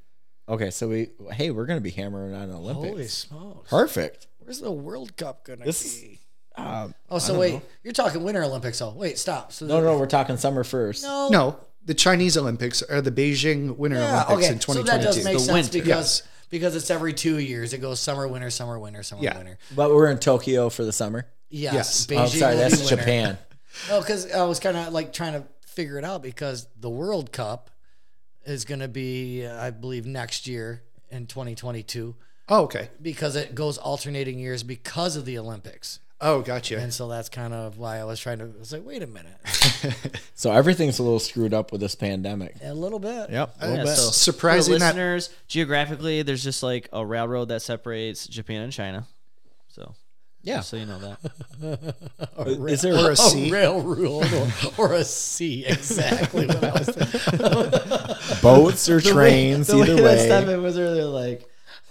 S2: Okay, so we hey, we're going to be hammering on Olympics.
S1: Holy smokes!
S2: Perfect.
S1: Where's the World Cup gonna
S2: This is-
S1: be?
S2: Um,
S1: Oh, so wait, you're talking Winter Olympics, though. Wait, stop. So
S2: no, no, we're talking summer first.
S1: no,
S3: No, the Chinese Olympics are the Beijing Winter
S1: Yeah,
S3: Olympics
S1: okay.
S3: in
S1: So that
S3: 2022.
S1: does make
S4: The
S1: sense
S4: winter.
S1: because because it's every two years. It goes summer, winter, summer, winter, summer,
S3: Yeah.
S1: winter.
S2: But we're in Tokyo for the summer.
S1: Yes,
S3: Yes.
S1: Beijing
S2: Oh, I'm sorry,
S1: will be
S2: that's
S1: winter.
S2: Japan.
S1: No, because I was kind of like trying to figure it out because the World Cup is going to be, uh, I believe, next year in 2022
S3: oh, okay.
S1: because it goes alternating years because of the Olympics.
S3: Oh, gotcha.
S1: And so that's kind of why I was trying to I was like, wait a minute,
S2: So everything's a little screwed up with this pandemic.
S1: a little bit.
S2: Yep. a
S3: Yeah,
S2: little bit.
S3: so-
S4: for
S3: Surprising
S4: the
S3: that-
S4: listeners geographically. There's just like a railroad that separates Japan and China. So
S2: yeah.
S4: just so you know that.
S2: Is there
S3: Or a
S1: A
S3: C.
S1: railroad or, or a C, exactly what I was thinking.
S2: boats or trains?
S4: the way
S2: Either
S4: that
S2: way.
S4: Stefan was earlier, like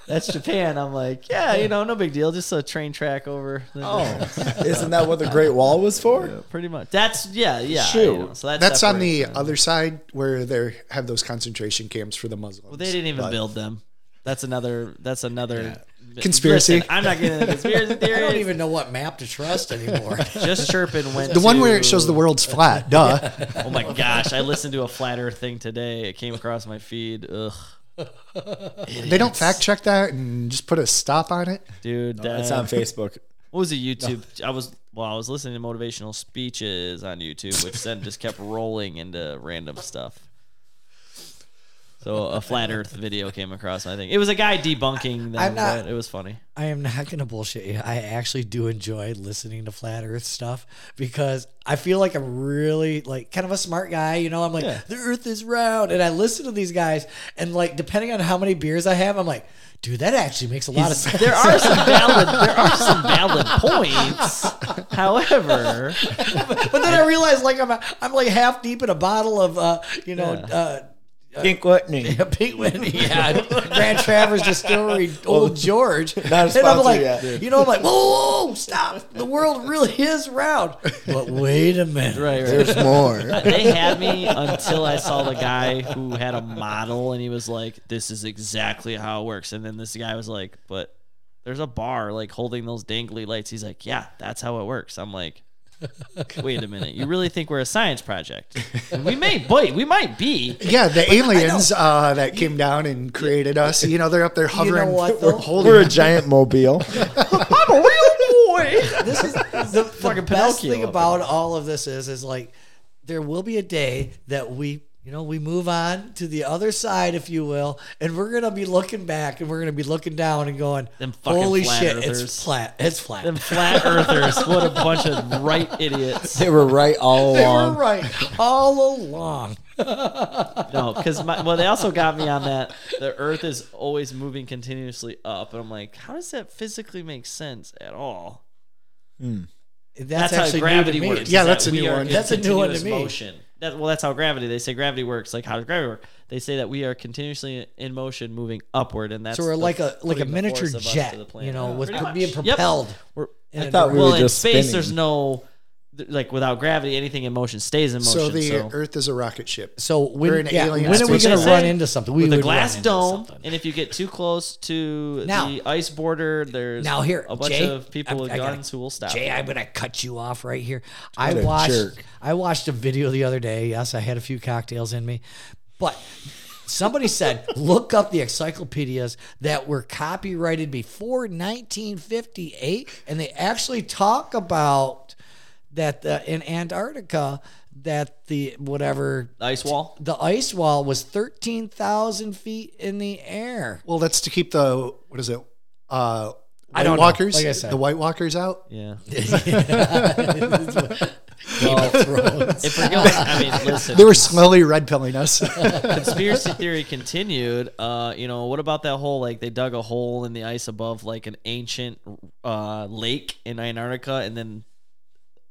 S4: that's Japan. I'm like, yeah, you know, no big deal. Just a train track over.
S2: Oh, isn't that what the Great Wall was for?
S4: pretty much. That's yeah, yeah. you
S2: Shoot.
S4: know, so that
S3: That's on the
S4: separates uh, them.
S3: other side where they have those concentration camps for the Muslims.
S4: Well, they didn't even
S3: But-
S4: build them. That's another. That's another
S3: Conspiracy.
S4: Listen, I'm not getting into conspiracy
S1: I
S4: theories.
S1: don't even know what map to trust anymore.
S4: Just chirping went
S3: The one
S4: to-
S3: where it shows the world's flat, duh.
S4: Oh my gosh! I listened to a flat Earth thing today. It came across my feed. Ugh,
S3: They don't fact check that and just put a stop on it.
S4: dude.
S2: It's
S4: that-
S2: on Facebook.
S4: What was it? YouTube. I was well. I was listening to motivational speeches on YouTube, which then just kept rolling into random stuff. So a flat Earth video came across my thing. It was a guy debunking them,
S1: I'm not-
S4: but it was funny.
S1: I am not gonna bullshit you. I actually do enjoy listening to flat Earth stuff because I feel like I'm really like kind of a smart guy. You know, I'm like
S4: Yeah.
S1: the Earth is round, and I listen to these guys, and like depending on how many beers I have, I'm like, dude, that actually makes a lot of sense.
S4: There are some valid. There are some valid points. However,
S1: but then I realize like I'm I'm like half deep in a bottle of uh, you know.
S4: Yeah.
S1: Uh,
S2: Pink Whitney.
S1: Pete Whitney, yeah, Grand Traverse Distillery, Old George, and I'm
S2: sponsored
S1: like,
S2: yet.
S1: you know, I'm like, whoa, whoa, whoa, stop! The world really is round. But wait a minute,
S4: right, right.
S2: There's more.
S4: they had me until I saw the guy who had a model and he was like, This is exactly how it works. And then this guy was like, But there's a bar like holding those dangly lights. He's like, Yeah, that's how it works. I'm like, Wait a minute. You really think we're a science project? We may, boy, we might be.
S3: Yeah, the aliens uh, that came down and created us. You know, they're up there hovering.
S1: what,
S3: we're
S1: though?
S3: holding.
S2: We're a giant mobile.
S4: I'm a real boy.
S1: this is the,
S4: fucking
S1: best
S4: Pinocchio
S1: thing
S4: up
S1: about all of this is is like there will be a day that we you know we move on to the other side if you will and we're gonna be looking back and we're gonna be looking down and going
S4: Them fucking
S1: holy
S4: flat
S1: shit
S4: earthers."
S1: it's flat it's flat
S4: Them flat earthers. What a bunch of right idiots.
S2: They were right all
S1: they were
S2: along.
S1: right all along
S4: No, because my well, they also got me on that. The Earth is always moving continuously up, and I'm like, how does that physically make sense at all?
S1: that's,
S4: That's, how
S1: actually new to
S4: gravity
S1: me.
S4: works.
S3: Yeah,
S4: is
S3: that's
S4: that
S3: a new
S4: we are
S3: one.
S4: in
S1: That's a new one to
S4: continuous
S1: me.
S4: Motion. That, well, that's how gravity. They say gravity works. Like how does gravity work? They say that we are continuously in motion, moving upward, and that's
S1: so we're
S4: the-
S1: like a like a
S4: putting the
S1: miniature
S4: force of us
S1: jet
S4: to the planet.
S1: you know
S4: Yeah,
S1: with
S4: pretty much.
S1: being
S4: Yep.
S1: propelled
S4: We're-
S1: in a
S2: thought we
S1: direct-
S4: well,
S2: were
S4: in
S2: just
S4: space,
S2: spinning.
S4: there's no th- like without gravity, anything in motion stays in motion.
S3: so
S4: So
S3: the Earth is a rocket ship.
S1: so
S3: We're an
S1: when, yeah,
S3: alien
S1: when are we
S3: species.
S1: going to
S4: They
S1: run
S4: say
S1: into something? We
S4: with
S1: would
S4: a
S1: run
S4: glass
S1: into
S4: dome,
S1: something.
S4: and if you get too close to
S1: Now-
S4: the ice border, there's
S1: Now here,
S4: a bunch
S1: Jay,
S4: of people
S1: I-
S4: with
S1: I gotta-
S4: guns who will stop.
S1: Jay,
S4: you.
S1: I'm gonna cut you off right here. I
S2: What a
S1: watched
S2: jerk.
S1: I watched a video the other day. Yes, I had a few cocktails in me, but somebody said look up the encyclopedias that were copyrighted before 1958, and they actually talk about that uh in Antarctica that the whatever
S4: ice wall.
S1: the ice wall was 13,000 feet in the air.
S3: Well, that's to keep the what is it? Uh, White
S1: I don't know.
S3: Walkers.
S1: Like I said.
S3: the White Walkers out.
S4: Yeah. If
S1: Thrones.
S4: we're going, I mean, listen.
S3: They were slowly red pilling us.
S4: conspiracy theory continued. Uh, you know, what about that whole like they dug a hole in the ice above like an ancient uh, lake in Antarctica, and then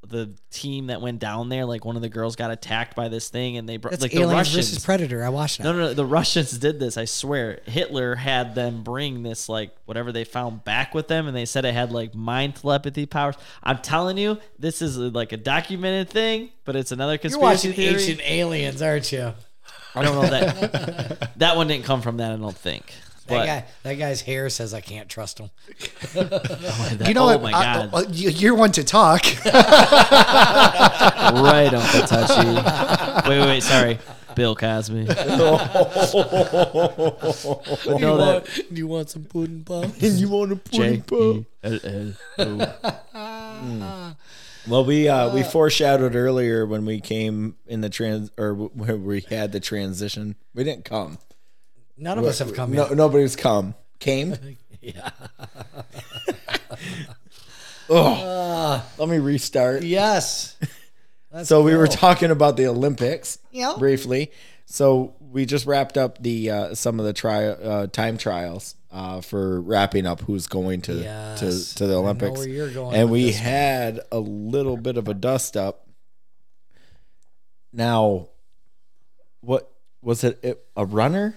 S4: the team that went down there, like one of the girls got attacked by this thing, and they brought
S1: That's
S4: like the
S1: Alien
S4: Russians.
S1: versus Predator. I watched that.
S4: no, no, no, the Russians did this. I swear, Hitler had them bring this like whatever they found back with them, and they said it had like mind telepathy powers. I'm telling you, this is like a documented thing, but it's another
S1: You're
S4: conspiracy
S1: watching
S4: theory.
S1: Ancient Aliens, aren't you?
S4: I don't know that that one didn't come from that. I don't think.
S1: That
S4: But-
S1: guy, that guy's hair says I can't trust him.
S3: You know
S4: oh
S3: what?
S4: my
S3: I-
S4: god!
S3: uh, you- you're one to talk.
S4: right, Uncle Touchy. wait, wait, wait. Sorry, Bill Cosby. know
S1: you,
S4: that
S1: Want, you want some pudding pop?
S2: you want to
S4: J
S2: play
S4: E L L O.
S2: Well, we uh, we foreshadowed earlier when we came in the trans or when we had the transition. We didn't come.
S1: None of us have come
S2: No,
S1: yet.
S2: nobody's come. Came. yeah. oh, let me restart.
S1: Yes.
S2: so we were talking about the Olympics briefly. So we just wrapped up the uh, some of the tri- uh, time trials uh, for wrapping up who's going to
S1: Yes.
S2: to, to the
S1: I know
S2: Olympics.
S1: where you're going
S2: and
S1: with
S2: we
S1: this one.
S2: had a little bit of a dust up. Now, what was it? it a runner?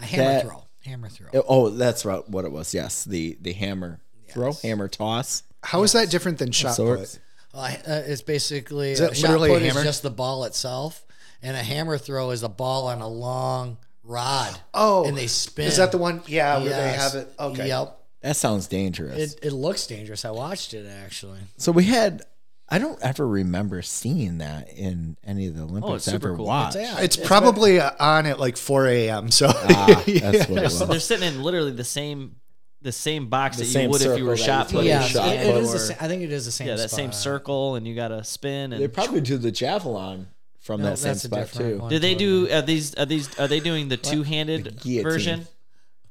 S1: A hammer
S2: That-
S1: throw. Hammer throw.
S2: Oh, that's right, what it was. Yes, the the hammer throw, hammer toss.
S3: How is that different than shot
S2: Sorts.
S3: put?
S1: Uh, it's basically
S3: it
S1: a shot
S3: literally a
S1: put
S3: hammer?
S1: is just the ball itself, and a hammer throw is a ball on a long rod.
S3: Oh,
S1: and they spin.
S3: Is that the one? Yeah, where they
S1: Yes.
S3: have it. Okay.
S1: Yep.
S2: That sounds dangerous.
S1: It, it looks dangerous. I watched it actually.
S2: So we had. I don't ever remember seeing that in any
S1: Oh,
S2: of the Olympics
S4: it's super
S2: ever
S4: cool.
S2: watched.
S1: yeah.
S3: It's probably uh on at like 4 a.m. So
S2: Ah, that's what it was.
S4: They're sitting in literally the same the same box
S2: The
S4: that
S2: same
S4: you would if you
S2: circle
S4: were
S2: that
S4: shot
S2: you take.
S4: put.
S1: Yeah,
S2: it's shot
S1: it- it
S2: put
S1: is the
S2: or-
S1: sa- I think it is the same.
S4: yeah, that same
S1: spot.
S4: circle, and you gotta spin.
S2: They
S4: And
S2: probably do the javelin from
S1: No,
S2: that same
S1: that's a
S2: spot
S1: different
S2: too.
S1: one.
S4: did they do? Are these are these are they doing the two handed
S2: guillotine.
S4: version?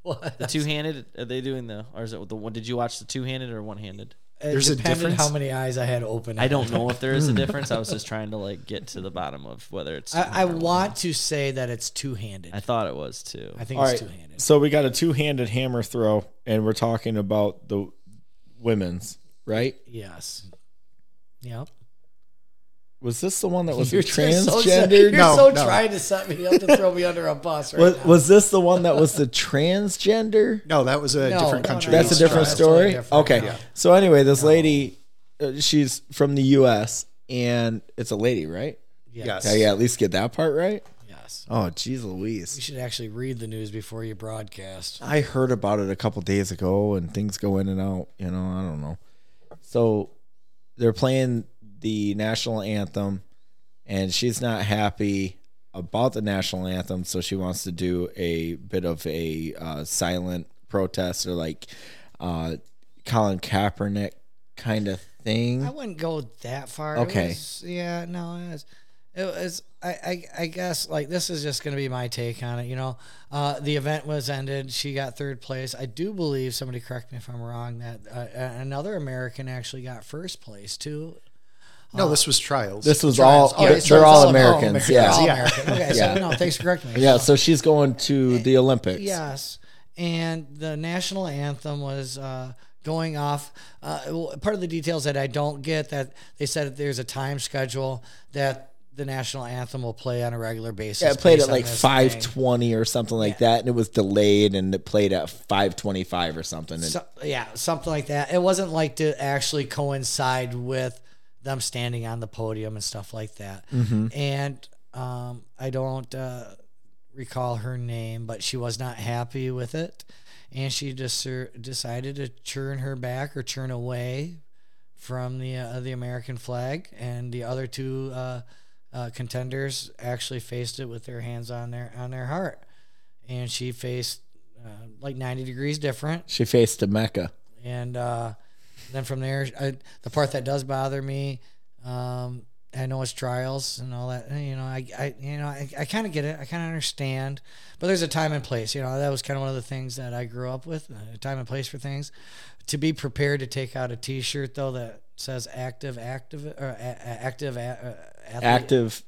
S1: What?
S4: The two handed? Are they doing the or is it the one? Did you watch the two handed or one handed?
S1: It
S3: There's a
S1: depended
S3: difference?
S1: How many eyes I had open?
S4: I don't know if there is a difference. I was just trying to like get to the bottom of whether it's.
S1: I, I want to say that it's two handed.
S4: I thought it was too.
S1: I think
S2: All
S1: it's
S2: right,
S1: two handed.
S2: so we got a two-handed hammer throw, and we're talking about the women's, right?
S1: Yes. Yep.
S2: Was this the one that was
S1: You're
S2: a
S1: so-
S2: transgender?
S1: you're
S3: No,
S1: so
S3: no.
S1: trying to set me up to throw me under a bus right
S2: was,
S1: now.
S2: was this the one that was the transgender?
S3: no, that was a
S1: No,
S3: different
S1: no,
S3: country.
S1: no,
S2: That's a
S1: It's
S2: different
S1: totally
S2: story.
S1: different,
S2: okay.
S1: yeah.
S2: So anyway, this lady, uh, she's from the U.S. and it's a lady, right?
S1: yes.
S2: Yeah, yeah. At least get that part right.
S1: Yes.
S2: Oh, geez,
S1: You
S2: Louise.
S1: should actually read the news before you broadcast.
S2: I heard about it a couple days ago, and things go in and out. You know, I don't know. So they're playing the national anthem, and she's not happy about the national anthem, so she wants to do a bit of a uh, silent protest or like uh, Colin Kaepernick kind of
S1: I
S2: thing.
S1: wouldn't go that far. It
S2: Okay.
S1: was- yeah, no, it was. It was. I, I. I guess like this is just gonna be my take on it. You know, uh, the event was ended. She got third place. I do believe somebody correct me if I'm wrong that uh, a- another American actually got first place too.
S3: no, this was trials.
S2: This was
S1: Trials.
S2: all
S1: Oh,
S2: they're,
S1: it's-
S2: they're
S1: it's
S2: all
S1: all-
S2: Americans.
S3: all
S2: Yeah,
S1: All
S2: yeah.
S3: Yeah.
S1: American. Okay,
S2: Yeah.
S1: so no, thanks for correcting me.
S2: Yeah, So she's going to the Olympics.
S1: Yes, and the national anthem was uh, going off. Uh, well, part of the details that I don't get that they said that there's a time schedule that the national anthem will play on a regular basis.
S2: Yeah, it played
S1: based
S2: at
S1: on
S2: like
S1: this
S2: five
S1: thing.
S2: twenty or something like that, and it was delayed, and it played at five twenty five or something. And
S1: So- yeah, something like that. It wasn't like to actually coincide with them standing on the podium and stuff like that. And um, I don't uh, recall her name, but she was not happy with it, and she just decided to turn her back or turn away from the uh, the American flag, and the other two uh, uh, contenders actually faced it with their hands on their on their heart, and she faced. Uh, like 90 degrees different
S2: she faced to Mecca.
S1: and uh, then from there, I, the part that does bother me, um, I know it's trials and all that. You know, I, I you know, I, I kind of get it. I kind of understand, but there's a time and place. You know, that was kind of one of the things that I grew up with, a time and place for things. To be prepared to take out a T-shirt though that says "active active" or a- a- "active a- uh, athlete,
S2: Active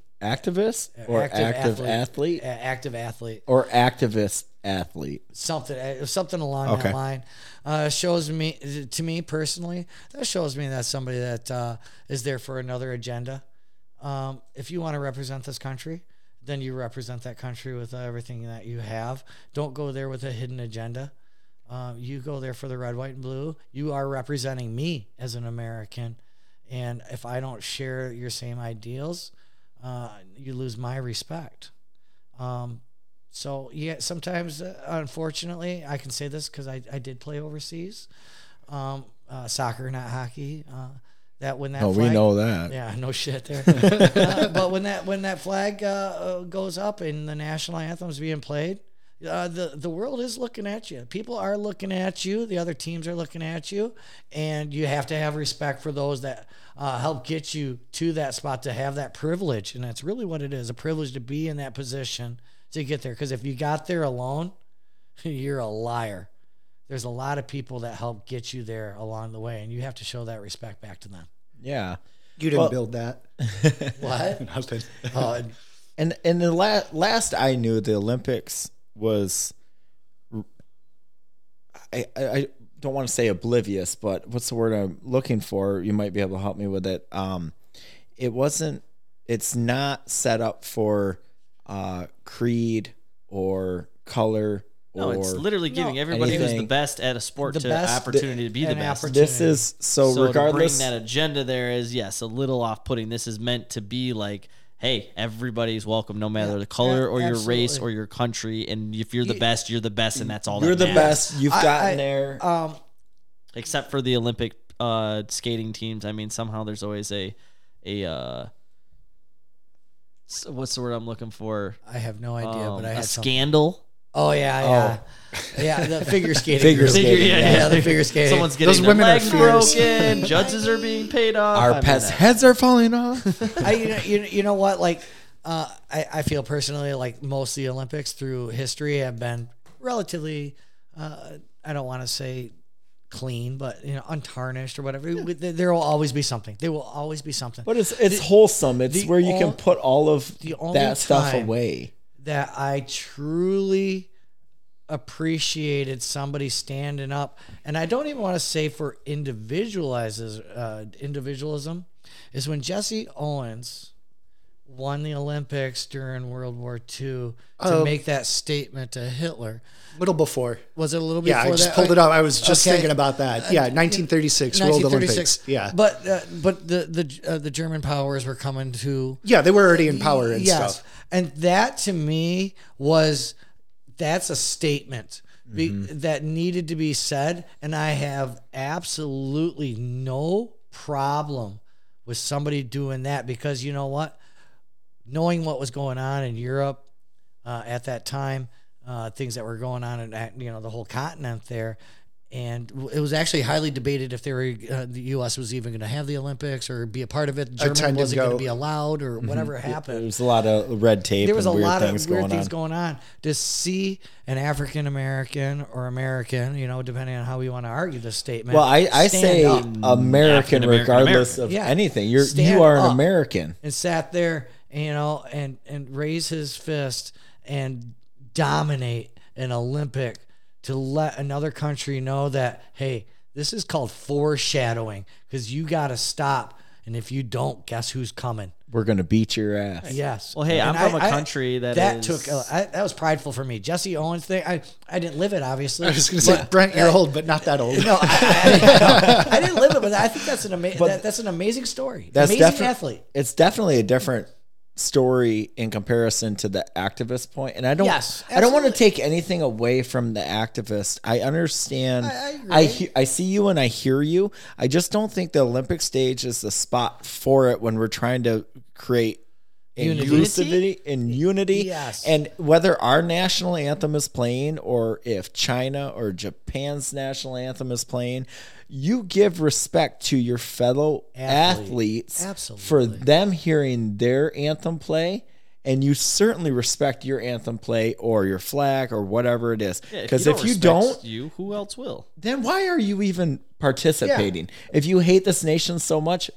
S2: activist or active, athlete.
S1: a- active athlete."
S2: or activist athlete.
S1: something uh, something along
S2: Okay.
S1: that line uh, shows me to me personally that shows me that somebody that uh, is there for another agenda um, if you want to represent this country then you represent that country with everything that you have don't go there with a hidden agenda uh, you go there for the red white and blue you are representing me as an american and if i don't share your same ideals uh, you lose my respect um, So yeah, sometimes uh, unfortunately, I can say this because I, I did play overseas, um, uh, soccer, not hockey. Uh, that when that
S2: Oh, we
S1: flag-
S2: know that.
S1: yeah, no shit there. Uh, but when that when that flag uh, uh, goes up and the national anthem's being played, uh, the the world is looking at you. People are looking at you. The other teams are looking at you, and you have to have respect for those that uh, help get you to that spot to have that privilege. And that's really what it is—a privilege to be in that position to get there. Because if you got there alone, you're a liar. There's a lot of people that help get you there along the way, and you have to show that respect back to them.
S2: Yeah.
S3: You didn't
S2: Well-
S3: build that.
S1: What?
S3: Nothing.
S1: Uh,
S2: And and the la- last I knew, the Olympics was. I, I, I don't want to say oblivious, but what's the word I'm looking for? You might be able to help me with it. Um, it wasn't. It's not set up for uh, creed or color.
S4: No,
S2: or
S4: it's literally giving everybody who's the
S2: anything-
S4: best at a sport
S1: The
S4: to
S1: best-
S4: opportunity to be the
S1: an
S4: best.
S1: oppor-
S2: this is so,
S4: so
S2: regardless.
S4: to bring that agenda there is yes a little off putting this is meant to be like hey everybody's welcome no matter the color
S1: yeah,
S4: or your race
S1: absolutely.
S4: or your country and if you're the best you're the best and that's all
S2: you're
S4: that
S2: the
S4: matters.
S2: best. You've
S1: I-
S2: gotten
S1: I-
S2: there.
S1: um,
S4: except for the olympic uh skating teams i mean somehow there's always a a uh s- what's the word i'm looking for
S1: I have no idea,
S4: Um,
S1: but I
S4: a
S1: had some.
S4: scandal
S1: Oh yeah, yeah, yeah. The figure skating.
S2: Figure
S1: group.
S2: skating,
S1: Yeah,
S2: yeah.
S1: the figure skating.
S4: someone's getting
S3: Those
S4: their
S3: women are
S4: leg
S3: fierce.
S4: broken judges are being paid off I
S2: Our
S4: mean,
S2: pets'
S4: that-
S2: heads are falling off.
S1: I, you, know, you, you know what? Like, uh, I, I feel personally like most of the Olympics through history have been relatively, uh, I don't want to say clean, but you know, untarnished or whatever. There there will always be something. There will always be something.
S2: But it's it's wholesome. It's
S1: the
S2: where you can
S1: on-
S2: put all of
S1: the only
S2: that stuff
S1: time-
S2: away.
S1: that I truly appreciated somebody standing up. And I don't even want to say for individualizes uh, individualism is when Jesse Owens won the Olympics during World War II to
S3: Um,
S1: make that statement to Hitler.
S3: Little before.
S1: Was it a little bit?
S3: Yeah, I just pulled it up. I was just
S1: Okay.
S3: thinking about that. Yeah, 1936 World Olympics. Yeah,
S1: But uh, but the the uh, the German powers were coming to
S3: yeah, they were already in power and
S1: yes.
S3: stuff.
S1: And that to me was that's a statement be,
S3: Mm-hmm.
S1: that needed to be said. And I have absolutely no problem with somebody doing that because you know what? Knowing what was going on in Europe uh, at that time, uh, things that were going on in that- you know the whole continent there. And w- it was actually highly debated if they were, uh, the U.S. was even going to have the Olympics or be a part of it.
S3: time
S1: Germany
S3: to
S1: wasn't going
S3: go.
S1: to be allowed or whatever happened.
S2: Mm-hmm. There's a lot of red tape.
S1: there was a
S2: and weird
S1: lot of
S2: things
S1: weird
S2: going
S1: things
S2: on.
S1: going on. To see an African American or American, you know, depending on how we want to argue this statement.
S2: Well, I, I
S1: stand
S2: say
S1: up
S2: American,
S4: African-American
S2: regardless of
S1: Yeah.
S2: anything. You're
S1: Stand
S2: you are an
S1: up.
S2: American.
S1: and sat there, you know, and and raise his fist and dominate an Olympic to let another country know that hey, this is called foreshadowing because you got to stop, and if you don't, guess who's coming?
S2: We're gonna beat your ass.
S1: Yes.
S4: Well, hey, I'm
S1: And
S4: from
S1: I-
S4: a
S1: I-
S4: country that
S1: that
S4: is-
S1: took uh, I, that was prideful for me. Jesse Owens thing. I I didn't live it obviously.
S3: I was going to say, Brent, you're old, but uh, not that old.
S1: No, I, I- I didn't live it, but I think that's an amazing that, that's an amazing story.
S2: That's
S1: amazing
S2: defi-
S1: athlete.
S2: It's definitely a different story in comparison to the activist point. And I don't
S1: Yes,
S2: I don't want to
S1: absolutely.
S2: take anything away from the activist. I understand
S1: I agree.
S2: I, he- I see you and I hear you. I just don't think the Olympic stage is the spot for it when we're trying to create
S1: Unity.
S2: inclusivity and unity.
S1: Yes.
S2: And whether our national anthem is playing or if China or Japan's national anthem is playing, you give respect to your fellow
S1: Athlete.
S2: athletes for
S1: Absolutely.
S2: them hearing their anthem play. And you certainly respect your anthem play or your flag or whatever it is.
S4: Yeah,
S2: Because if you don't,
S4: respect you who else will
S2: then why are you even participating? If you hate this nation so much,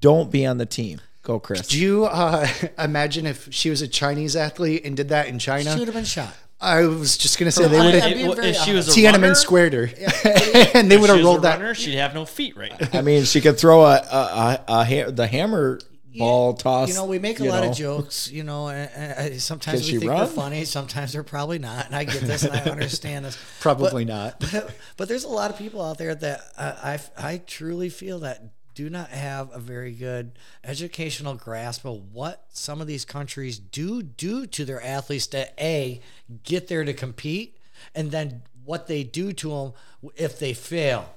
S2: don't be on the team. Go, Chris.
S3: Do you uh, imagine if she was a Chinese athlete and did that in
S1: She
S3: China?
S1: would have been shot.
S3: I was just going to say they would
S1: I'm
S3: have.
S1: being
S4: If-
S1: very
S4: if she was a runner,
S3: Tiananmen squared her, and they would
S4: she was
S3: have
S4: a
S3: rolled that.
S4: runner, she'd have no feet right now.
S2: I mean, she could throw a, a, a, a ha- the hammer ball toss.
S1: You know, we make a lot
S2: know.
S1: of jokes. You know, and, and sometimes
S2: Can
S1: we
S2: she
S1: think
S2: run?
S1: they're funny. Sometimes they're probably not. And I get this, and I understand this.
S3: Probably not.
S1: but there's a lot of people out there that I, I, I truly feel that do not have a very good educational grasp of what some of these countries do do to their athletes to a get there to compete, and then what they do to them if they fail.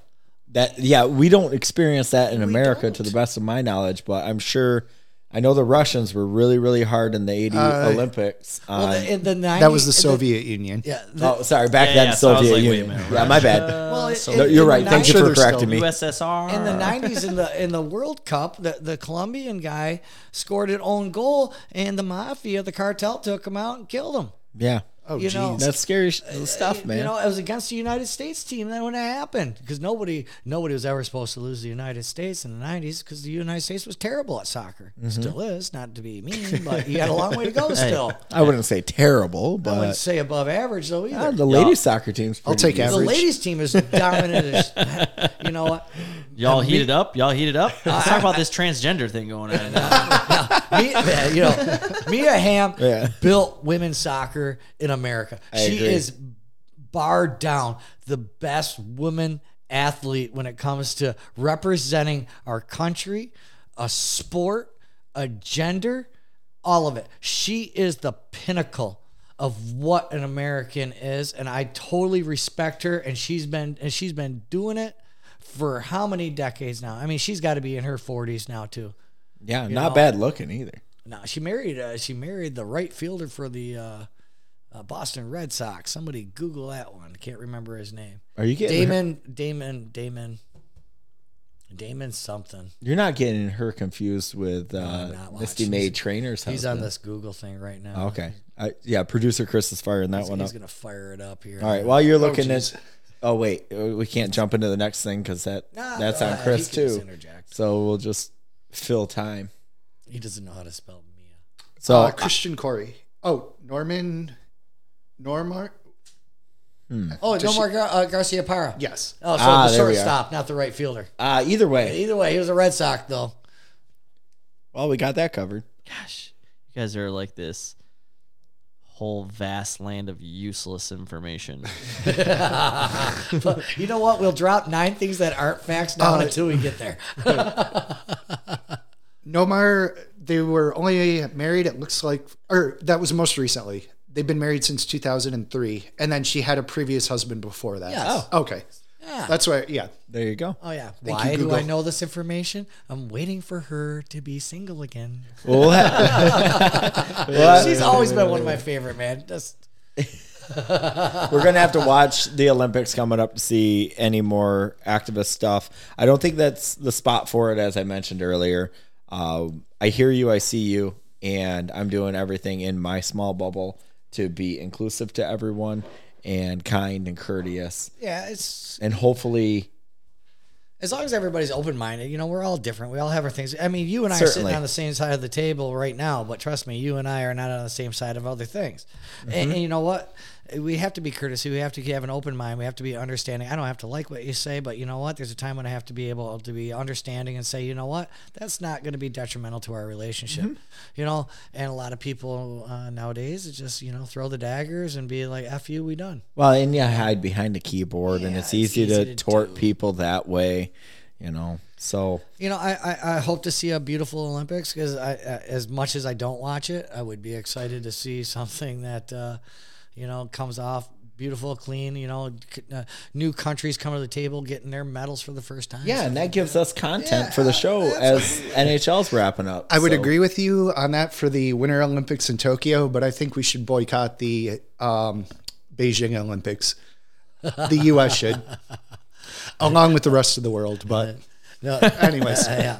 S2: That yeah, we don't experience that in America to
S1: don't.
S2: the best of my knowledge, but I'm sure I know the Russians were really really hard in the 80
S3: Uh,
S2: Olympics.
S1: Well,
S2: on-
S1: the, in the 90,
S3: That was the Soviet Union.
S1: yeah. the-
S2: oh, sorry, back
S4: Yeah,
S2: then
S4: yeah, so I was
S2: Soviet
S4: like, wait a
S2: Union.
S4: minute,
S2: yeah, my bad.
S1: well,
S4: so-
S1: in-
S2: No,
S1: in
S2: you're
S1: the
S2: right. Thank
S1: 90s
S2: you Uh.
S3: sure
S2: for
S3: they're still-
S2: correcting me.
S4: USSR.
S1: in the 90s in the in the World Cup, the, the Colombian guy scored an own goal and the mafia, the cartel took him out and killed him.
S2: Yeah.
S3: Oh,
S1: You know,
S3: jeez.
S2: That's scary sh- stuff, man.
S1: You know, it was against the United States team then when that happened because nobody nobody was ever supposed to lose the United States in the 90s because the United States was terrible at soccer. Still is, not to be mean, but you had a long way to go still.
S2: I wouldn't say terrible,
S1: I wouldn't
S2: but
S1: say above average though
S2: yeah,
S1: either.
S2: the ladies soccer team's
S3: I'll
S2: pretty
S3: take
S2: decent.
S1: the
S3: average.
S1: ladies team is dominant as you know what?
S4: Y'all heat it up. Y'all heat it up. Let's talk about this transgender thing going on.
S1: Me, you know, Mia Hamm
S2: Yeah.
S1: built women's soccer in America. she
S2: agree.
S1: is bar down the best woman athlete when it comes to representing our country, a sport, a gender, all of it. She is the pinnacle of what an American is, and I totally respect her. And she's been and she's been doing it for how many decades now? I mean, she's got to be in her forties now too.
S2: Yeah, not bad looking either.
S1: No, she married. Uh, she married the right fielder for the uh, uh, Boston Red Sox. Somebody Google that one. Can't remember his name.
S2: Are you getting her-
S1: Damon. Damon. Damon. Damon something.
S2: You're not getting her confused with uh,
S1: I'm not
S2: Misty
S1: watching.
S2: May Trainer's
S1: He's on
S2: husband.
S1: this Google thing right now.
S2: Okay. I, yeah, producer Chris is firing that
S1: He's,
S2: one
S1: he's
S2: up.
S1: gonna fire it up here.
S2: All right, while you're looking
S3: geez.
S2: at. Oh wait, uh, we can't jump into the next thing because that
S1: Nah,
S2: that's
S1: uh,
S2: on
S1: he
S2: Chris
S1: can just
S2: too.
S1: interject.
S2: So we'll just fill time.
S1: He doesn't know how to spell Mia.
S2: So
S3: Uh, Christian Corey. Oh, Norman. Normar.
S1: Oh, no more Gar- uh, Garcia Parra.
S3: Yes.
S1: Oh, so
S2: Ah,
S1: the
S2: there we are.
S1: shortstop, not the right fielder.
S2: uh, either way,
S1: Either way, he was a Red Sox though.
S2: well, we got that covered.
S4: Gosh, you guys are like this whole vast land of useless information.
S1: But you know what? We'll drop nine things that aren't facts
S2: Uh,
S1: down until we get there.
S3: Nomar. They were only married. It looks like, or that was most recently. They've been married since 2003, and then she had a previous husband before that.
S1: Yes.
S3: Okay. That's why. Yeah.
S2: There you go.
S1: Oh yeah.
S3: Thank
S1: Why
S3: you,
S1: do I
S3: Google.
S1: know this information? I'm waiting for her to be single again.
S2: We'll have, Well,
S1: She's always been one of my favorite, man. Just
S2: we're gonna have to watch the Olympics coming up to see any more activist stuff. I don't think that's the spot for it, as I mentioned earlier. Uh, I hear you, I see you, and I'm doing everything in my small bubble to be inclusive to everyone and kind and courteous,
S1: yeah, it's
S2: and hopefully,
S1: as long as everybody's open minded, you know, we're all different. We all have our things. I mean, you and I are
S2: Certainly.
S1: sitting on the same side of the table right now, but trust me, you and I are not on the same side of other things. And, and you know what? We have to be courtesy. We have to have an open mind. We have to be understanding. I don't have to like what you say, but you know what? There's a time when I have to be able to be understanding and say, you know what? That's not going to be detrimental to our relationship. You know, and a lot of people uh, nowadays it's just, you know, throw the daggers and be like, F you, we done.
S2: well, and you hide behind the keyboard, and
S1: Yeah,
S2: it's
S1: it's
S2: easy, to,
S1: easy to
S2: tort
S1: do.
S2: people that way, you know. So
S1: You know, I, I, I hope to see a beautiful Olympics because I, I, as much as I don't watch it, I would be excited to see something that, uh, you know, comes off beautiful, clean. You know, c- uh, new countries come to the table getting their medals for the first time.
S2: yeah, and that gives us content for the show as NHL's wrapping up.
S3: I would
S2: So-
S3: agree with you on that for the Winter Olympics in Tokyo, but I think we should boycott the um, Beijing Olympics. The U.S. should, along with the rest of the world. But
S1: No,
S3: anyways,
S1: yeah.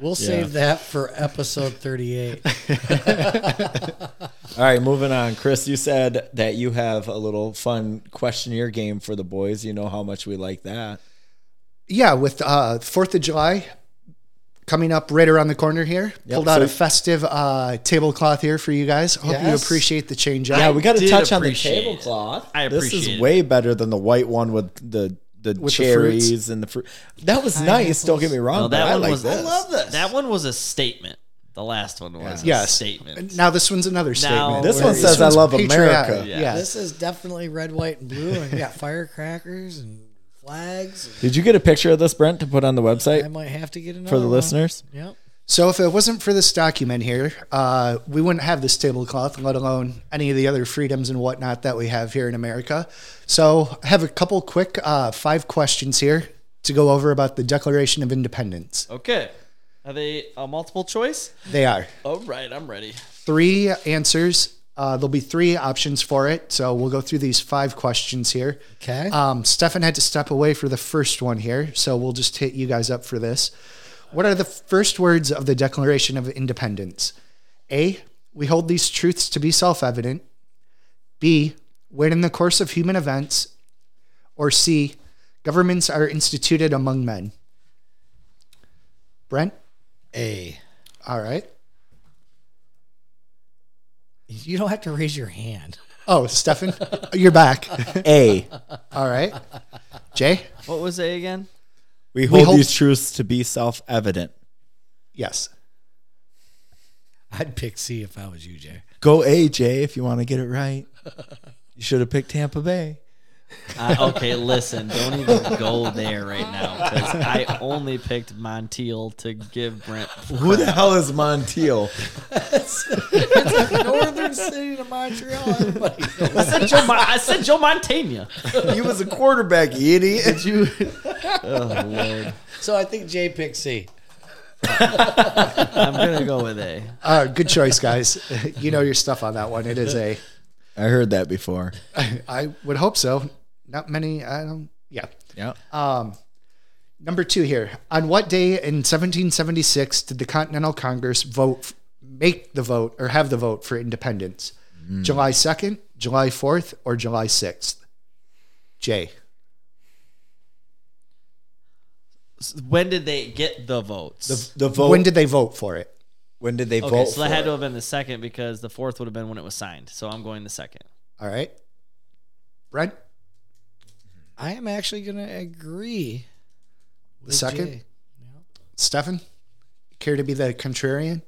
S1: We'll save that for episode thirty-eight.
S2: All right, moving on. Chris, you said that you have a little fun questionnaire game for the boys. You know how much we like that.
S3: yeah, with uh, Fourth of July coming up right around the corner here, pulled out
S2: so-
S3: a festive uh, tablecloth here for you guys. Hope you
S2: Yes.
S3: appreciate the change up.
S2: Yeah, Uh, we got to
S4: did
S2: touch on the
S4: appreciate it.
S2: tablecloth.
S4: I
S2: This
S4: appreciate
S2: is
S4: it.
S2: way better than the white one with the the
S3: the
S2: cherries and the fruit. That was nice. Don't get me wrong.
S4: No,
S2: but
S4: that
S2: Oh, I
S4: one
S2: like
S4: was.
S2: this.
S4: I love this. That one was a statement. The last one was a
S3: Yes.
S4: statement.
S3: Now this one's another statement.
S2: This
S4: Where
S2: one
S4: is-
S2: says, "I
S3: one's
S2: love
S3: patriotic.
S2: America."
S4: Yeah.
S3: Yeah.
S1: This is definitely red, white, and blue, and we got firecrackers and flags.
S2: Did you get a picture of this, Brent, to put on the
S1: I
S2: website
S1: might have to get another
S2: for the
S1: one.
S2: listeners?
S1: Yep.
S3: So if it wasn't for this document here, uh, we wouldn't have this tablecloth, let alone any of the other freedoms and whatnot that we have here in America. So I have a couple quick uh, five questions here to go over about the Declaration of Independence.
S4: Okay. Are they a multiple choice?
S3: They are
S4: All right, I'm ready.
S3: three answers. Uh, there'll be three options for it. So we'll go through these five questions here.
S1: Okay.
S3: Um, Stefan had to step away for the first one here, so we'll just hit you guys up for this. What are the first words of the Declaration of Independence? A. We hold these truths to be self evident. B. When in the course of human events. Or C. Governments are instituted among men. Brent?
S1: A.
S3: All right.
S1: You don't have to raise your hand.
S3: Oh, Stefan, you're back.
S2: A.
S3: All right. Jay?
S4: What was A again?
S2: We hold,
S3: hold-
S2: these truths to be self evident.
S3: Yes.
S1: I'd pick C if I was you, Jay.
S2: Go AJ if you want to get it right. You should have picked Tampa Bay.
S4: Uh, okay, listen, don't even go there right now because I only picked Montiel to give Brent.
S2: Who the hell is Montiel?
S1: Northern city to Montreal. Everybody
S4: I said Joe, Mon- I said Joe Montana.
S2: He was a quarterback, you idiot.
S3: You
S1: So I think Jay picked C.
S4: I'm gonna go with A.
S3: Uh, good choice, guys. you know your stuff on that one. It is a.
S2: I heard that before.
S3: I would hope so. Not many. I don't. Yeah.
S2: Yeah.
S3: Number two here. On what day in 1776 did the Continental Congress vote, make the vote, or have the vote for independence? July 2nd, July 4th, or July 6th? Jay.
S4: When did they get the votes?
S2: the vote.
S3: When did they vote for it?
S2: when did they
S4: okay,
S2: vote?
S4: so that
S2: for
S4: had to
S2: it?
S4: have been the second because the fourth would have been when it was signed. So I'm going the second.
S3: All right. Brent,
S1: I am actually going to agree.
S3: the second.
S1: Jay.
S3: Stefan, care to be the contrarian?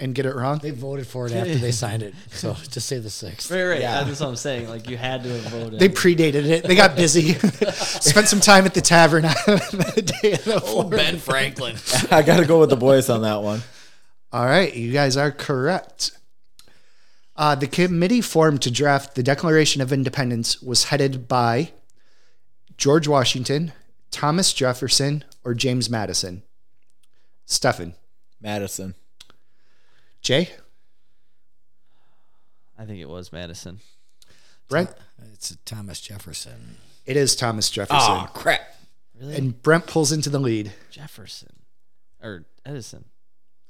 S3: And get it wrong?
S1: They voted for it after they signed it. So to say the sixth.
S4: Right, right. That's what I'm saying. Like you had to have voted.
S3: They predated it. They got busy. Spent some time at the tavern on the day of the fourth.
S1: Ben Franklin.
S2: I got to go with the boys on that one.
S3: All right, you guys are correct. Uh, the committee formed to draft the Declaration of Independence was headed by George Washington, Thomas Jefferson, or James Madison. Stefan,
S2: Madison.
S3: Jay,
S4: I think it was Madison.
S3: Brent.
S1: It's Thomas Jefferson.
S3: It is Thomas Jefferson,
S1: Ah,
S2: crap.
S4: Really?
S3: and Brent pulls into the lead.
S4: Jefferson or Edison?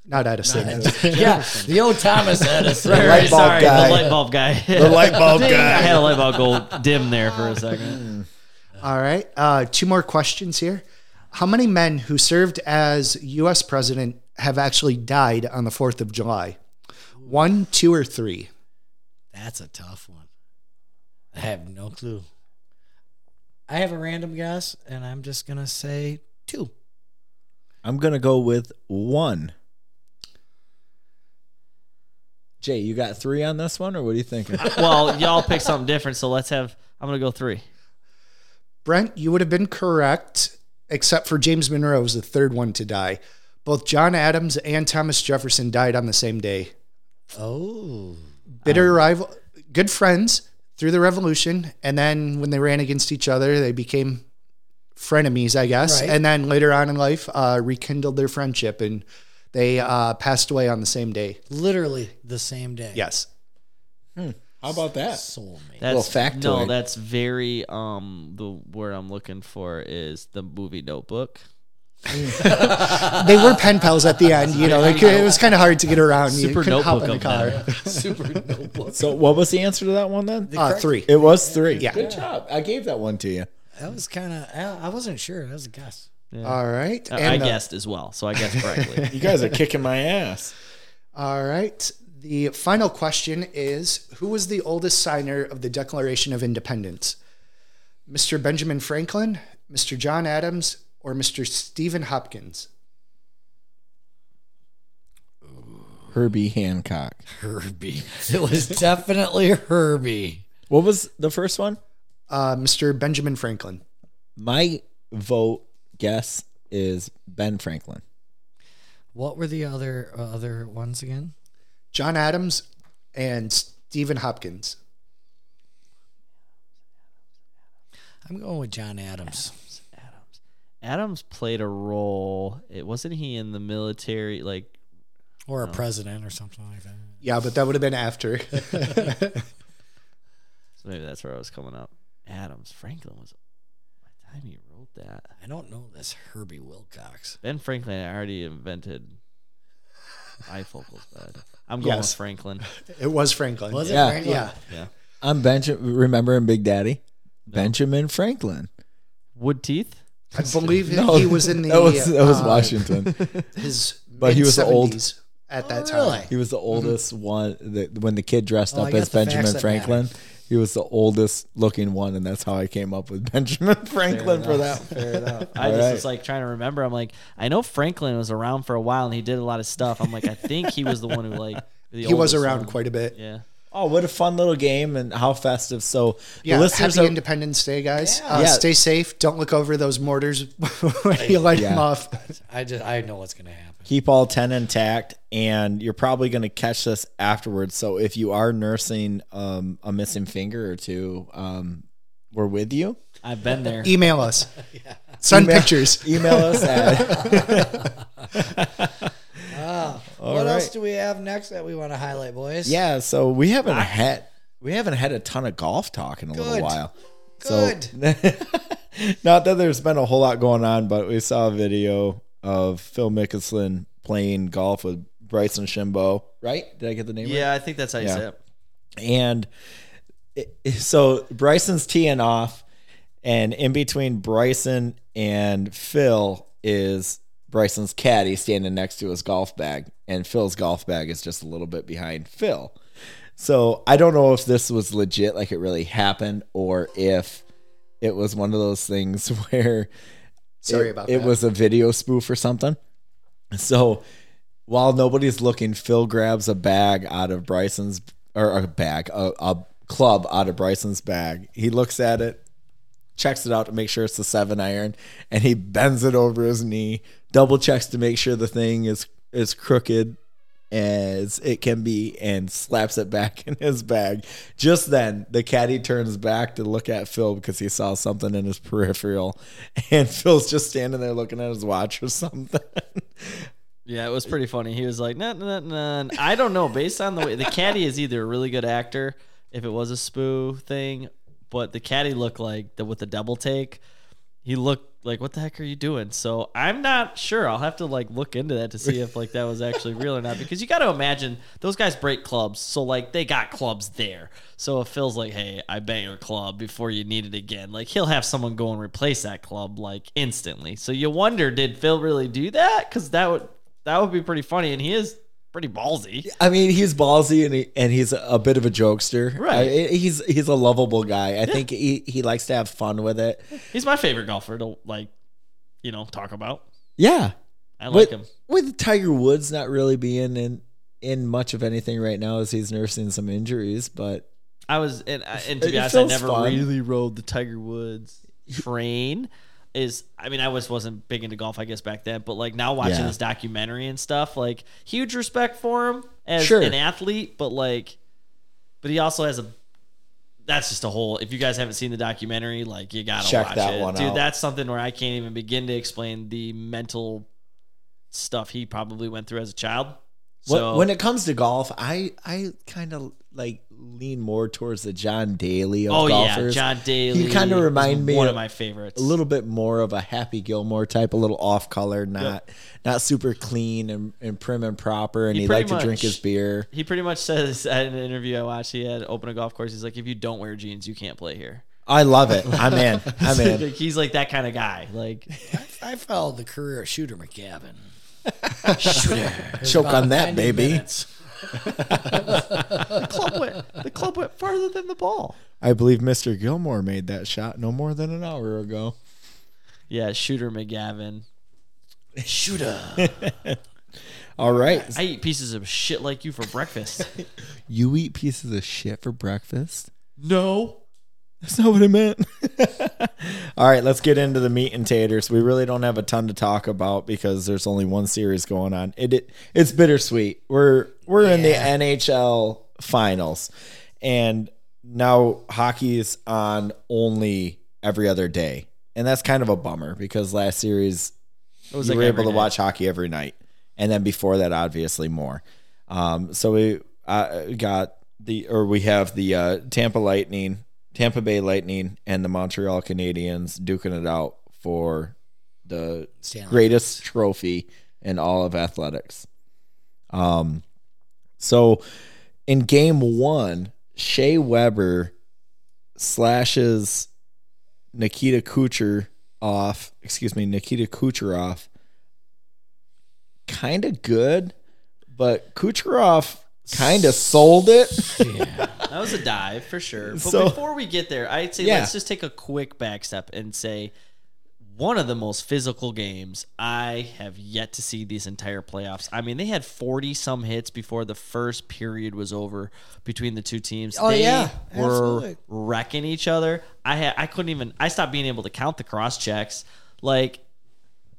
S3: Not Edison.
S1: yeah, the old Thomas Edison.
S2: The light bulb
S4: Sorry,
S2: guy.
S4: the light bulb guy.
S2: The light bulb
S4: Dang, I
S2: guy.
S4: had a light bulb go dim there for a second.
S3: All right. Uh, two more questions here. How many men who served as U.S. president have actually died on the 4th of July? One, two, or three?
S1: That's a tough one. I have no clue. I have a random guess, and I'm just gonna say two.
S2: I'm going to go with one. Jay, you got three on this one, or what are you thinking?
S4: Well, y'all pick something different, so let's have. I'm gonna go three.
S3: Brent, you would have been correct, except for James Monroe was the third one to die. Both John Adams and Thomas Jefferson died on the same day.
S1: Oh,
S3: Bitter rival, good friends through the Revolution, and then when they ran against each other, they became frenemies, I guess.
S1: Right.
S3: And then later on in life, uh, rekindled their friendship, and they uh, passed away on the same day.
S1: literally the same day.
S3: Yes.
S2: How about that?
S1: soulmate.
S4: That's
S2: Little
S4: no.
S2: factoid.
S4: That's very um. The word I'm looking for is the movie Notebook.
S3: They were pen pals at the end, you Uh, know. They could, it was kind of hard to get around. You
S4: Super
S3: couldn't hop in the
S4: notebook of
S3: car.
S1: Super notebook.
S2: So, what was the answer to that one then?
S3: Uh, three.
S2: It was three.
S3: Yeah.
S2: Good job. I gave that one to you.
S1: That was kind of. I I wasn't sure. That was a guess.
S3: All right.
S4: I- I
S3: And, uh,
S4: guessed as well, so I guessed correctly.
S2: You guys are kicking my ass.
S3: All right. The final question is Who was the oldest signer of the Declaration of Independence? Mr. Benjamin Franklin, Mr. John Adams, or Mr. Stephen Hopkins?
S2: Herbie Hancock.
S1: Herbie. It was definitely Herbie.
S2: What was the first one?
S3: Uh, Mr. Benjamin Franklin.
S2: my vote guess is Ben Franklin.
S1: What were the other uh, other ones again?
S3: John Adams and Stephen Hopkins.
S1: I'm going with John Adams.
S4: Adams. Adams played a role. It wasn't he in the military like
S1: Or a president or something like that.
S3: Yeah, but that would have been after.
S4: so maybe that's where I was coming up. Adams Franklin was by the time he wrote that.
S1: I don't know this Herbie Wilcox.
S4: Ben Franklin had already invented bifocals, but I'm going
S3: Yes.
S4: with Franklin.
S3: it was Franklin.
S1: Was it
S2: Yeah.
S1: Franklin?
S3: Yeah.
S4: Yeah.
S2: I'm Benjamin. Remember in Big Daddy, Benjamin Franklin.
S4: Wood teeth?
S3: I believe
S2: No,
S3: he was in the
S2: that was that was
S3: uh,
S2: Washington.
S3: His
S2: But he was old.
S3: mid-seventies at that
S1: Oh,
S3: time.
S1: really?
S2: He was the oldest one. That, when the kid dressed
S1: Oh, I
S2: up
S1: got
S2: as
S1: the facts
S2: Benjamin
S1: that
S2: Franklin, he was the oldest looking one, and that's how I came up with Benjamin Franklin for that.
S4: enough. Fair enough. I
S2: All
S4: just
S2: right.
S4: was like trying to remember. I'm like, I know Franklin was around for a while and he did a lot of stuff. I'm like, I think he was the one who like the
S3: He was
S4: oldest
S3: around
S4: one.
S3: quite a bit. Yeah,
S4: Yeah.
S2: Oh, what a fun little game and how festive! So the listeners
S3: happy
S2: are,
S3: Independence Day, guys. Uh,
S2: Yeah.
S3: Stay safe. Don't look over those mortars when you light
S2: Yeah.
S3: them off.
S1: I just I know what's gonna happen.
S2: keep all ten intact, and you're probably going to catch this afterwards. So if you are nursing um, a missing finger or two, um, we're with you.
S4: I've been there.
S3: Email us. Send pictures.
S2: Email us at
S1: what else
S2: right.
S1: do we have next that we want to highlight, boys?
S2: yeah. So we haven't had we haven't had a ton of golf talk in a little
S1: Good.
S2: while.
S1: Good.
S2: Not that there's been a whole lot going on, but we saw a video of Phil Mickelson playing golf with Bryson Shimbo. Right? Did I get the name right?
S4: Yeah, I think that's how you
S2: Yeah.
S4: say it.
S2: And it- it- so Bryson's teeing off, and in between Bryson and Phil is Bryson's caddy standing next to his golf bag, and Phil's golf bag is just a little bit behind Phil. So I don't know if this was legit, like it really happened, or if it was one of those things where
S3: Sorry
S2: it,
S3: about
S2: it
S3: that.
S2: was a video spoof or something. So while nobody's looking, Phil grabs a bag out of Bryson's or a bag, a, a club out of Bryson's bag. He looks at it, checks it out to make sure it's the seven iron, and he bends it over his knee, double checks to make sure the thing is as crooked as it can be, and slaps it back in his bag. Just then, the caddy turns back to look at Phil because he saw something in his peripheral, and Phil's just standing there looking at his watch or something.
S4: Yeah, it was pretty funny. He was like, nah, nah, nah. nah." I don't know. Based on the way the caddy is either a really good actor, if it was a spoo thing, but the caddy looked like the with the double take. He looked like, what the heck are you doing? So I'm not sure. I'll have to like look into that to see if like that was actually real or not. Because you got to imagine those guys break clubs, so like they got clubs there. So if Phil's like, hey, I bet your club before you need it again, like he'll have someone go and replace that club like instantly. So you wonder, did Phil really do that? Because that would that would be pretty funny, and he is pretty ballsy.
S2: I mean, he's ballsy and he, and he's a bit of a jokester.
S4: Right.
S2: I- he's he's a lovable guy. I think he, he likes to have fun with it.
S4: He's my favorite golfer to like, you know, talk about.
S2: Yeah.
S4: I like
S2: with,
S4: him.
S2: With Tiger Woods not really being in in much of anything right now as he's nursing some injuries, but
S4: I was, and, I- and to
S2: It
S4: be honest, I
S2: feels
S4: never
S2: fun.
S4: really rode the Tiger Woods train. Is I mean, I was wasn't big into golf, I guess back then, but like now watching
S2: Yeah.
S4: this documentary and stuff, like huge respect for him as
S2: Sure.
S4: an athlete, but like, but he also has a. That's just a whole. If you guys haven't seen the documentary, like you gotta
S2: Check
S4: watch
S2: that
S4: it,
S2: one
S4: dude.
S2: out.
S4: That's something where I can't even begin to explain the mental stuff he probably went through as a child.
S2: When-
S4: So
S2: when it comes to golf, I I kind of like lean more towards the John Daly of
S4: oh
S2: golfers.
S4: yeah, John Daly.
S2: You kind of
S4: is
S2: remind me
S4: one
S2: of,
S4: of my favorites.
S2: a little bit more of a Happy Gilmore type, a little off color, not not super clean and, and prim and proper, and
S4: He
S2: he,
S4: pretty
S2: liked to drink
S4: much-
S2: his beer.
S4: He pretty much says at an interview I watched, he had open a golf course. He's like, if you don't wear jeans, you can't play here.
S2: I love it. I'm in. I'm in.
S4: Like, he's like that kind of guy. Like,
S1: I, I followed the career of Shooter McGavin. Shooter.
S2: Choke on that, baby.
S4: the club went, the club went farther than the ball.
S2: I believe Mr. Gilmore made that shot no more than an hour ago.
S4: Yeah, shooter McGavin.
S1: Shooter.
S2: All right.
S4: I eat pieces of shit like you for breakfast.
S2: You eat pieces of shit for breakfast?
S4: no,
S2: That's not what I meant. All right, let's get into the meat and taters. We really don't have a ton to talk about because there's only one series going on. It, it it's bittersweet. We're we're in the NHL finals, and now hockey's on only every other day, and that's kind of a bummer because last series
S4: It was
S2: you
S4: like
S2: were able
S4: every
S2: to
S4: night.
S2: watch hockey every night, and then before that, obviously more. Um, so we uh, got the or we have the uh, Tampa Lightning, Tampa Bay Lightning, and the Montreal Canadiens duking it out for the
S1: Stanley.
S2: greatest trophy in all of athletics. Um, so in game one, Shea Weber slashes Nikita Kucher off, excuse me, Nikita Kucherov kind of good, but Kucherov kind of sold it.
S4: That was a dive for sure. But
S2: So-
S4: before we get there, I'd say
S2: Yeah.
S4: let's just take a quick back step and say one of the most physical games I have yet to see these entire playoffs. I mean, they had 40 some hits before the first period was over between the two teams.
S1: Oh,
S4: they
S1: yeah.
S4: were
S1: Absolutely.
S4: wrecking each other. I had I couldn't even I stopped being able to count the cross checks. Like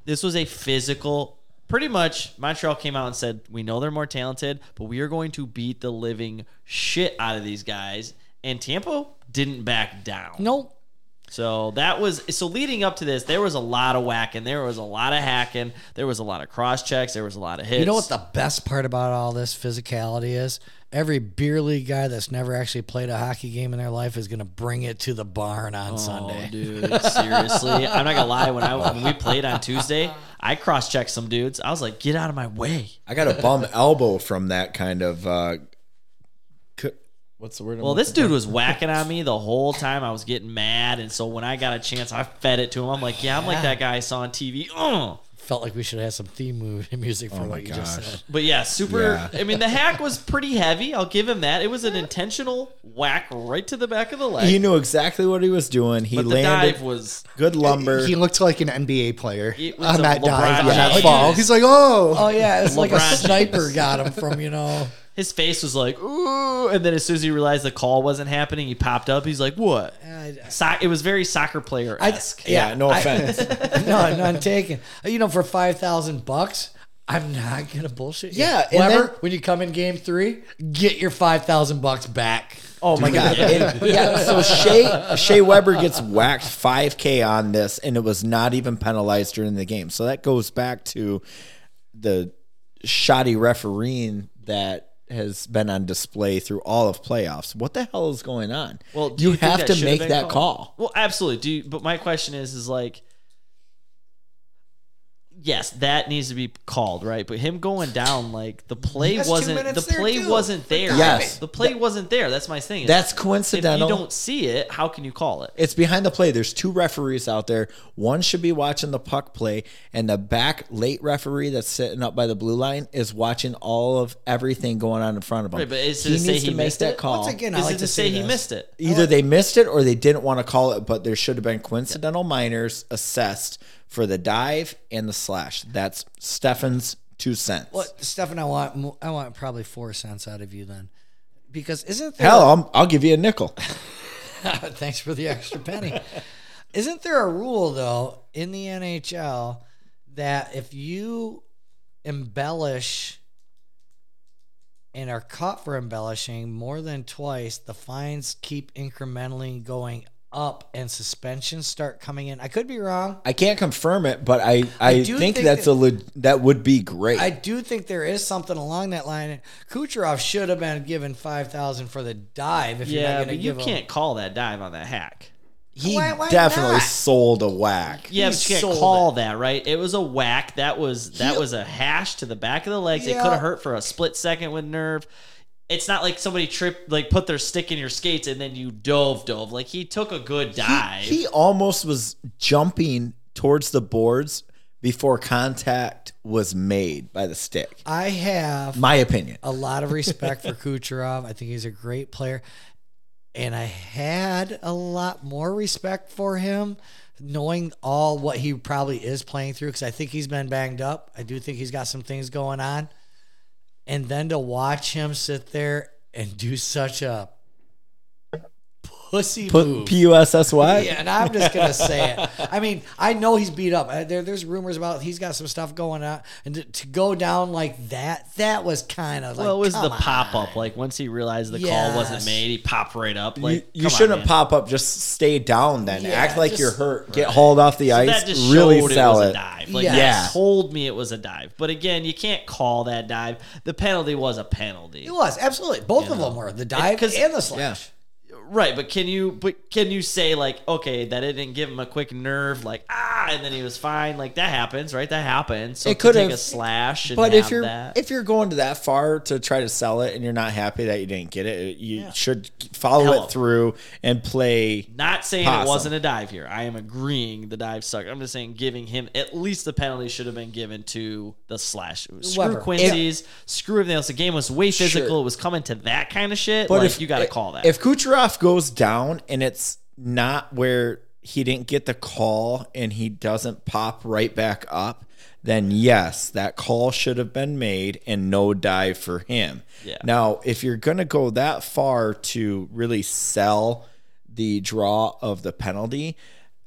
S4: this was a physical pretty much montreal came out and said we know they're more talented but we are going to beat the living shit out of these guys and tampa didn't back down
S1: Nope.
S4: so that was so leading up to this there was a lot of whacking there was a lot of hacking there was a lot of cross checks there was a lot of hits
S1: You know what the best part about all this physicality is? Every beer league guy that's never actually played a hockey game in their life is going to bring it to the barn on Sunday.
S4: Oh, dude, seriously, I'm not gonna lie. When I when we played on Tuesday, I cross checked some dudes. I was like, "Get out of my way!"
S2: I got a bum elbow from that kind of. Uh, cu- what's the word? I'm
S4: Well, this
S2: looking
S4: dude was whacking on me the whole time. I was getting mad, and so when I got a chance, I fed it to him. I'm like, yeah, I'm like that guy I saw on Oh. TV. Ugh.
S1: Felt like we should have some theme mu- music for what you just said.
S4: But yeah, super.
S2: Yeah.
S4: I mean, the hack was pretty heavy. I'll give him that. It was an intentional whack right to the back of the
S2: for?
S4: leg.
S2: He knew exactly what he was doing. He
S4: but the
S2: landed
S4: dive was
S2: good lumber.
S3: He looked like an NBA player
S4: It was
S3: on
S4: a
S3: that dive,
S4: LeBron
S3: on that
S4: James.
S3: fall. He's like, oh,
S1: Oh, yeah. It's like a
S4: LeBron James.
S1: sniper got him from, you know.
S4: his face was like ooh, and then as soon as he realized the call wasn't happening, he popped up. He's like, what?
S1: I-
S4: So- it was very soccer player esque.
S2: yeah, no
S1: I-
S2: offense.
S1: no, none taken. You know, for five thousand bucks, I'm not gonna bullshit. You.
S2: Yeah, and
S1: Whoever,
S2: then-
S1: when you come in game three, get your five thousand bucks back.
S2: Oh my god! And- yeah, so Shea Shea Weber gets whacked 5K on this, and it was not even penalized during the game. So that goes back to the shoddy refereeing that has been on display through all of playoffs. What the hell is going on?
S4: Well, do
S2: you,
S4: think
S2: have
S4: that
S2: to
S4: should've
S2: make
S4: been
S2: that
S4: called?
S2: call.
S4: Well, absolutely. Do you, but my question is, is like, yes, that needs to be called, right? But him going down, like the play
S1: That's two
S4: wasn't the
S1: minutes there,
S4: play
S1: too.
S4: wasn't there.
S2: Yes.
S4: the play wasn't there. That's my thing. is
S2: That's
S4: if you
S2: coincidental.
S4: don't see it, how can you call it?
S2: It's behind the play. There's two referees out there. One should be watching the puck play, and the back late referee that's sitting up by the blue line is watching all of everything going on in front of him.
S4: Right, but is it to say he missed it?
S2: call.
S1: Once again, I
S4: Is
S1: like
S4: it
S1: to
S4: to say he
S1: this.
S4: missed it?
S2: Either they missed it or they didn't want to call it, but there should have been coincidental minors assessed for the dive and the slash. That's Stefan's two cents.
S1: What, Stefan? I want, mo- I want probably four cents out of you then, because isn't there
S2: Hell, I'm, I'll give you a nickel.
S1: Thanks for the extra penny. Isn't there a rule though in the NHL that if you embellish and are caught for embellishing more than twice, the fines keep incrementally going up and suspensions start coming in? I could be wrong.
S2: I can't confirm it, but I, I,
S1: do
S2: think,
S1: think
S2: that's
S1: that-
S2: a le- that would be great.
S1: I do think there is something along that line. Kucherov should have been given five thousand for the dive. If you're not
S4: Yeah,
S1: going to
S4: but you
S1: give him,
S4: can't call that dive on that hack.
S2: he
S1: Why- why
S2: definitely
S1: not?
S2: sold a whack.
S4: Yeah,
S1: He
S4: but you can't
S1: sold
S4: call that, right? It was a whack. That was that was a hash to the back of the legs. It
S1: Yeah.
S4: could have hurt for a split second with nerve. It's not like somebody tripped, like put their stick in your skates and then you dove, dove. Like he took a good dive.
S2: He almost was jumping towards the boards before contact was made by the stick.
S1: I have
S2: My opinion.
S1: a lot of respect for Kucherov. I think he's a great player. And I had a lot more respect for him knowing all what he probably is playing through because I think he's been banged up. I do think he's got some things going on. And then to watch him sit there and do such a pussy
S2: Put
S1: move.
S2: P U S S Y.
S1: yeah, and I'm just gonna say it. I mean, I know he's beat up. Uh, There, there's rumors about he's got some stuff going on, and to, to go down like that, that was kind of like,
S4: Well, it was the
S1: come on.
S4: pop up. Like once he realized the call
S1: Yes.
S4: wasn't made, he popped right up.
S2: You,
S4: Like
S2: you
S4: come on,
S2: shouldn't
S4: man.
S2: pop up. Just stay down. Then
S1: Yeah,
S2: act like
S1: just-
S2: you're hurt. Get hauled off the
S4: So
S2: ice.
S4: that just
S2: really
S4: showed
S2: sell
S4: it was
S2: it.
S4: a dive. Like
S1: Yeah.
S4: yeah.
S2: Yeah.
S4: told me it was a dive. But again, you can't call that dive. The penalty was a penalty.
S1: It was absolutely both of them were the dive
S4: 'cause-
S1: and the slash.
S4: Right, but can you but can you say like okay, that it didn't give him a quick nerve like ah and then he was fine. Like that happens, right? That happens. So
S2: It
S4: it
S2: could
S4: could take
S2: have-
S4: a slash and
S2: But
S4: have
S2: if you're
S4: that.
S2: if you're going to that far to try to sell it and you're not happy that you didn't get it, you should follow
S4: Hell.
S2: it through and play.
S4: not saying
S2: Possum.
S4: it wasn't a dive here. I am agreeing the dive sucked. I'm just saying giving him at least the penalty should have been given to the slash. Screw
S1: Whoever.
S4: Quincy's, screw everything else. The game was way physical.
S2: Sure.
S4: It was coming to that kind of shit.
S2: But
S4: like
S2: if
S4: you got to call that.
S2: If Kucherov goes down and it's not where he didn't get the call and he doesn't pop right back up, then yes, that call should have been made and no dive for him.
S4: Yeah.
S2: Now, if you're going to go that far to really sell the draw of the penalty,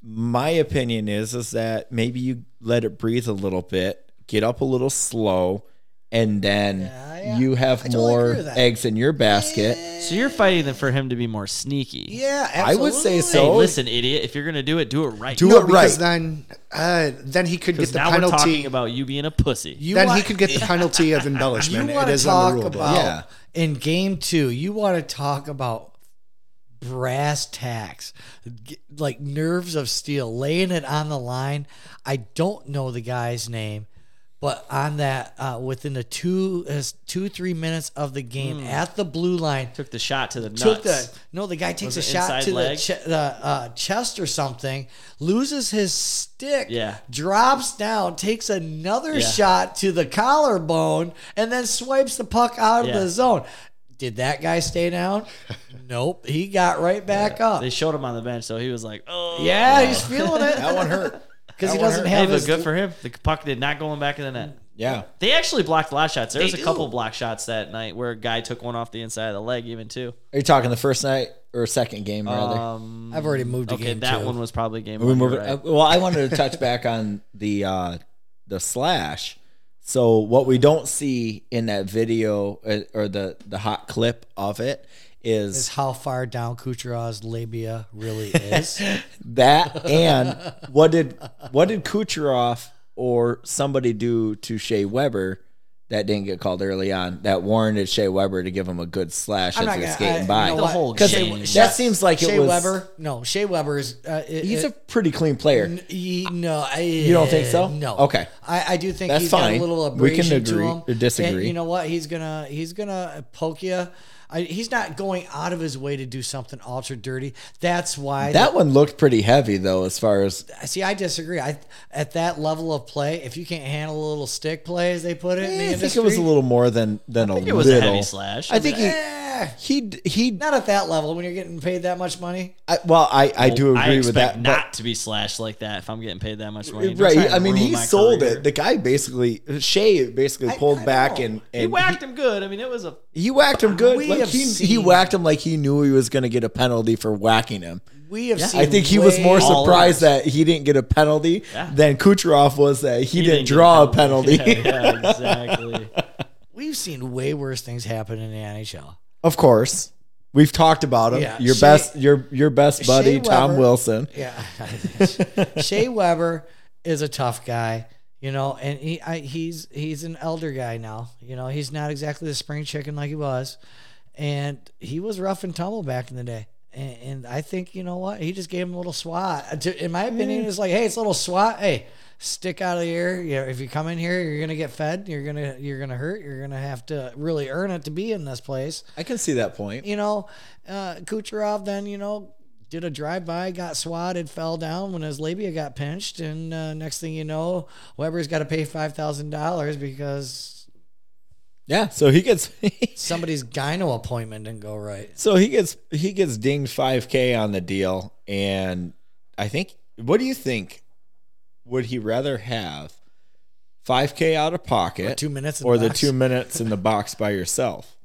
S2: my opinion is is that maybe you let it breathe a little bit, get up a little slow, and then
S1: yeah.
S2: you have
S1: totally
S2: more
S1: agree with that.
S2: eggs in your basket.
S4: so you're fighting them for him to be more sneaky.
S1: Yeah,
S2: I would
S1: absolutely.
S2: say
S4: Hey,
S2: so.
S4: listen, idiot. If you're gonna do it, do it right.
S2: Do
S3: No,
S2: it
S3: because
S2: right.
S3: then uh, then he could get the
S4: now we're
S3: penalty.
S4: talking about you being a pussy.
S1: You
S3: then he
S1: want-
S3: could get the penalty of
S1: You
S3: embellishment. It
S1: want to
S3: is on
S1: talk
S3: the rule book.
S1: about
S2: Yeah.
S1: in game two? You want to talk about brass tacks, g- like nerves of steel, laying it on the line. I don't know the guy's name, but on that uh, within the two uh, two three minutes of the game at the blue line,
S4: Took the shot to the nuts.
S1: took the no the guy takes a
S4: it
S1: shot
S4: inside
S1: to
S4: leg?
S1: the, che- the uh, chest or something loses his stick
S4: Yeah.
S1: drops down takes another
S4: Yeah.
S1: shot to the collarbone and then swipes the puck out
S4: Yeah.
S1: of the zone did that guy stay down nope he got right back up
S4: They showed him on the bench, so he was like, "Oh,
S1: yeah he's feeling it
S2: That one hurt.
S1: because he
S2: one
S1: doesn't
S2: hurt.
S4: Hey,
S1: have
S4: but
S1: his
S4: good for him. The puck did not go in back of the net.
S2: Yeah.
S4: They actually blocked a lot of shots. There was a
S1: They do.
S4: couple block shots that night where a guy took one off the inside of the leg, even too.
S2: Are you talking the first night or second game rather?
S1: Uh,
S4: Um,
S1: I've already moved to
S4: okay,
S1: game
S4: that
S1: two.
S4: one was probably game.
S2: we
S4: one,
S2: move
S4: you're right.
S2: uh, well, I wanted to touch back on the uh the slash. So what we don't see in that video uh, or the the hot clip of it
S1: is
S2: is
S1: how far down Kucherov's labia really is.
S2: that and what did what did Kucherov or somebody do to Shea Weber that didn't get called early on that warranted Shea Weber to give him a good slash
S1: I'm
S2: as
S1: not
S2: he was
S1: gonna- I-
S2: skating
S1: you
S2: by
S1: know
S4: the
S1: what?
S4: whole
S2: 'Cause they-
S4: game.
S2: that seems like
S1: Shea
S2: it was
S1: Weber, no, Shea Weber's. Uh, it-
S2: He's
S1: it-
S2: a pretty clean player.
S1: He, no, I,
S2: You don't think so?
S1: No.
S2: Okay.
S1: I, I do think
S2: That's
S1: he's got
S2: fine.
S1: a little
S2: We can
S1: abrasion
S2: agree
S1: to him.
S2: or disagree.
S1: And you know what? He's gonna he's gonna poke you. I, he's not going out of his way to do something ultra dirty. That's why
S2: That one looked pretty heavy though, as far as
S1: see, I disagree. I at that level of play, if you can't handle a little stick play, as they put it,
S2: eh,
S1: in the
S2: I think
S1: industry,
S2: it was a little more than than
S4: I think
S2: a
S4: it was
S2: little.
S4: a heavy slash.
S2: I think he
S1: Eh,
S2: he he.
S1: not at that level when you're getting paid that much money.
S2: I, well, I I do
S4: I
S2: agree
S4: expect
S2: with that.
S4: Not
S2: But,
S4: to be slashed like that if I'm getting paid that much money. Don't
S2: right,
S4: try and
S2: I mean,
S4: ruin
S2: he
S4: my
S2: sold
S4: career.
S2: it. The guy basically Shea basically
S1: I-
S2: pulled
S1: I
S2: back
S1: know.
S2: and, and
S4: he whacked him good. I mean, it was a
S2: He, he whacked him good.
S1: We
S2: Like
S1: have
S2: he, he
S1: seen-
S2: whacked him like he knew he was going to get a penalty for whacking him.
S1: We have seen.
S2: I think he was more
S1: way-
S4: All
S2: surprised that he didn't get a penalty
S4: Yeah.
S2: than Kucherov was that he, didn't,
S4: get
S2: draw a penalty.
S4: yeah, yeah, exactly.
S1: We've seen way worse things happen in the NHL.
S2: Of course. We've talked about him.
S1: Yeah.
S2: Your
S1: Shea-
S2: best your your best buddy,
S1: Shea
S2: Tom
S1: Weber-
S2: Wilson.
S1: Yeah, Shea Weber is a tough guy, you know, and he I, he's he's an elder guy now. You know, he's not exactly the spring chicken like he was, and he was rough and tumble back in the day. And, and I think you know what he just gave him a little swat. To- In my opinion, it's like, hey, it's a little swat. Hey, stick out of here. You know, if you come in here, you're gonna get fed. You're gonna you're gonna hurt. You're gonna have to really earn it to be in this place
S2: I can see that point.
S1: you know, uh, Kucherov then, you know, did a drive by, got swatted, fell down when his labia got pinched. And uh, next thing you know, Weber's got to pay $5,000 because
S2: Yeah. So he gets
S1: somebody's gyno appointment didn't go right.
S2: so he gets he gets dinged five K on the deal. And I think what do you think would he rather have? Five K out of pocket
S1: Or two minutes in
S2: or
S1: the
S2: the
S1: box?
S2: two minutes in the box by yourself.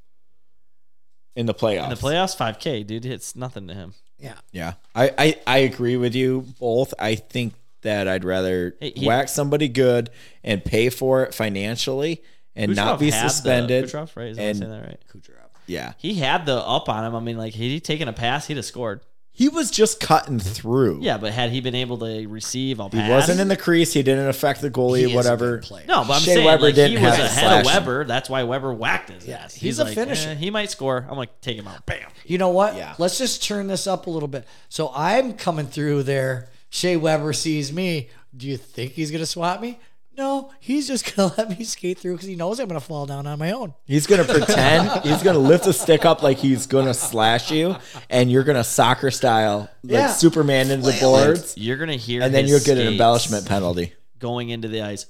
S2: In the playoffs.
S4: In the playoffs, 5K, dude. It's nothing to him.
S1: Yeah.
S2: Yeah, I, I I agree with you both. I think that I'd rather
S4: Hey, he-
S2: whack somebody good and pay for it financially and not
S4: Kucherov
S2: be
S4: had the-
S2: suspended.
S4: Kucherov, right? Is
S2: and-
S4: and, saying that right?
S1: Kucherov.
S2: yeah,
S4: He had the up on him. I mean, like, had he taken a pass, he'd have scored.
S2: he was just cutting through.
S4: Yeah, but had he been able to receive a
S2: he
S4: pass,
S2: wasn't in the crease. He didn't affect the goalie.
S1: He is a
S2: whatever.
S1: good player.
S4: No, but I'm
S2: Shea
S4: saying
S2: Weber
S4: like, he
S2: didn't
S4: was
S2: have a
S4: ahead of
S2: slash.
S4: Weber. That's why Weber whacked his
S1: Yeah,
S4: ass.
S1: he's a
S4: like,
S1: finisher.
S4: eh, he might score. I'm gonna take him out. Bam.
S1: You know what?
S2: Yeah.
S1: Let's just turn this up a little bit. So I'm coming through there. Shea Weber sees me. Do you think he's gonna swat me? No, he's just gonna let me skate through because he knows I'm gonna fall down on my own.
S2: He's gonna pretend. he's gonna lift a stick up like he's gonna slash you, and you're gonna soccer style like
S1: Yeah.
S2: Superman into the boards,
S4: You're gonna hear,
S2: and then
S4: his
S2: you'll get an
S4: skates
S2: embellishment penalty.
S4: going into the ice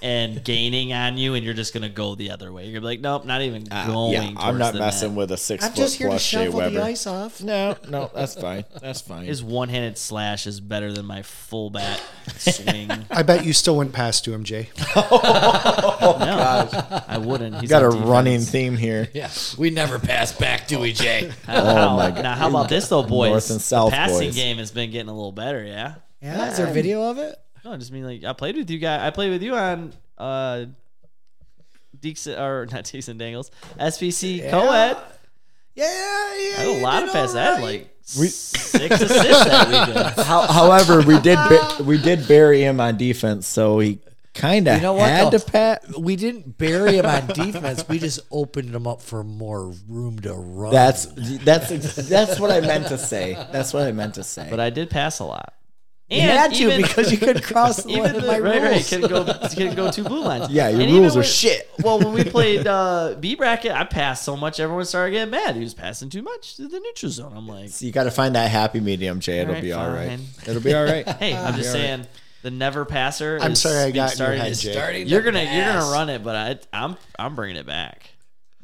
S4: and gaining on you, and you're just gonna go the other way. You're gonna be like, nope, not even going.
S2: Ah, yeah, I'm
S4: towards
S2: not
S4: the
S2: messing
S4: net.
S2: with a six
S1: I'm
S2: foot
S1: just here to
S2: plus Shea
S1: shovel
S2: Weber.
S1: the ice off.
S2: No, no, that's fine. That's fine.
S4: His one-handed slash is better than my full bat swing. no,
S3: I bet you still went past to him, Jay.
S4: I wouldn't. He's
S2: Oh, got a
S4: on defense.
S2: running theme here.
S1: Yeah, we never pass back, do we, Jay?
S4: How-
S2: Oh my God.
S4: Now, how about this though, boys?
S2: North and South
S4: the passing
S2: boys.
S4: game has been getting a little better. Yeah.
S1: yeah, is
S3: Um,
S1: there video of it?
S4: No, I just mean like I played with you guys. I played with you on uh, Deeks or not Deeks and Dangles SPC co-ed.
S1: Yeah, yeah.
S4: I had a
S1: you
S4: lot
S1: did
S4: of passes.
S1: all
S4: I had
S1: right.
S4: like six assists that weekend.
S2: How, however, we did bu- we did bury him on defense, so he kind of
S1: You know what,
S2: had
S1: though?
S2: to pat.
S1: we didn't bury him on defense. We just opened him up for more room to run.
S2: That's that's ex- that's what I meant to say. That's what I meant to say.
S4: But I did pass a lot.
S1: you had to because you could cross the
S4: even
S1: line
S4: the,
S1: of my
S4: right, right,
S1: rules.
S4: couldn't go, couldn't go two blue lines.
S2: Yeah, your
S4: And even
S2: rules are
S4: when-
S2: shit.
S4: Well, when we played uh, B bracket, I passed so much, everyone started getting mad. He was passing too much to the neutral zone. I'm like,
S2: So you got to find that happy medium, Jay. It'll
S4: All right,
S2: be all right.
S4: fine.
S2: It'll be all right.
S4: hey, I'm just
S2: You're right.
S4: saying, the never passer.
S3: Uh, I'm
S4: is
S3: sorry I
S4: being
S3: got in your
S4: started
S3: head,
S4: is
S3: Jay.
S4: You're gonna you're gonna run it, but I, I'm I'm bringing it back.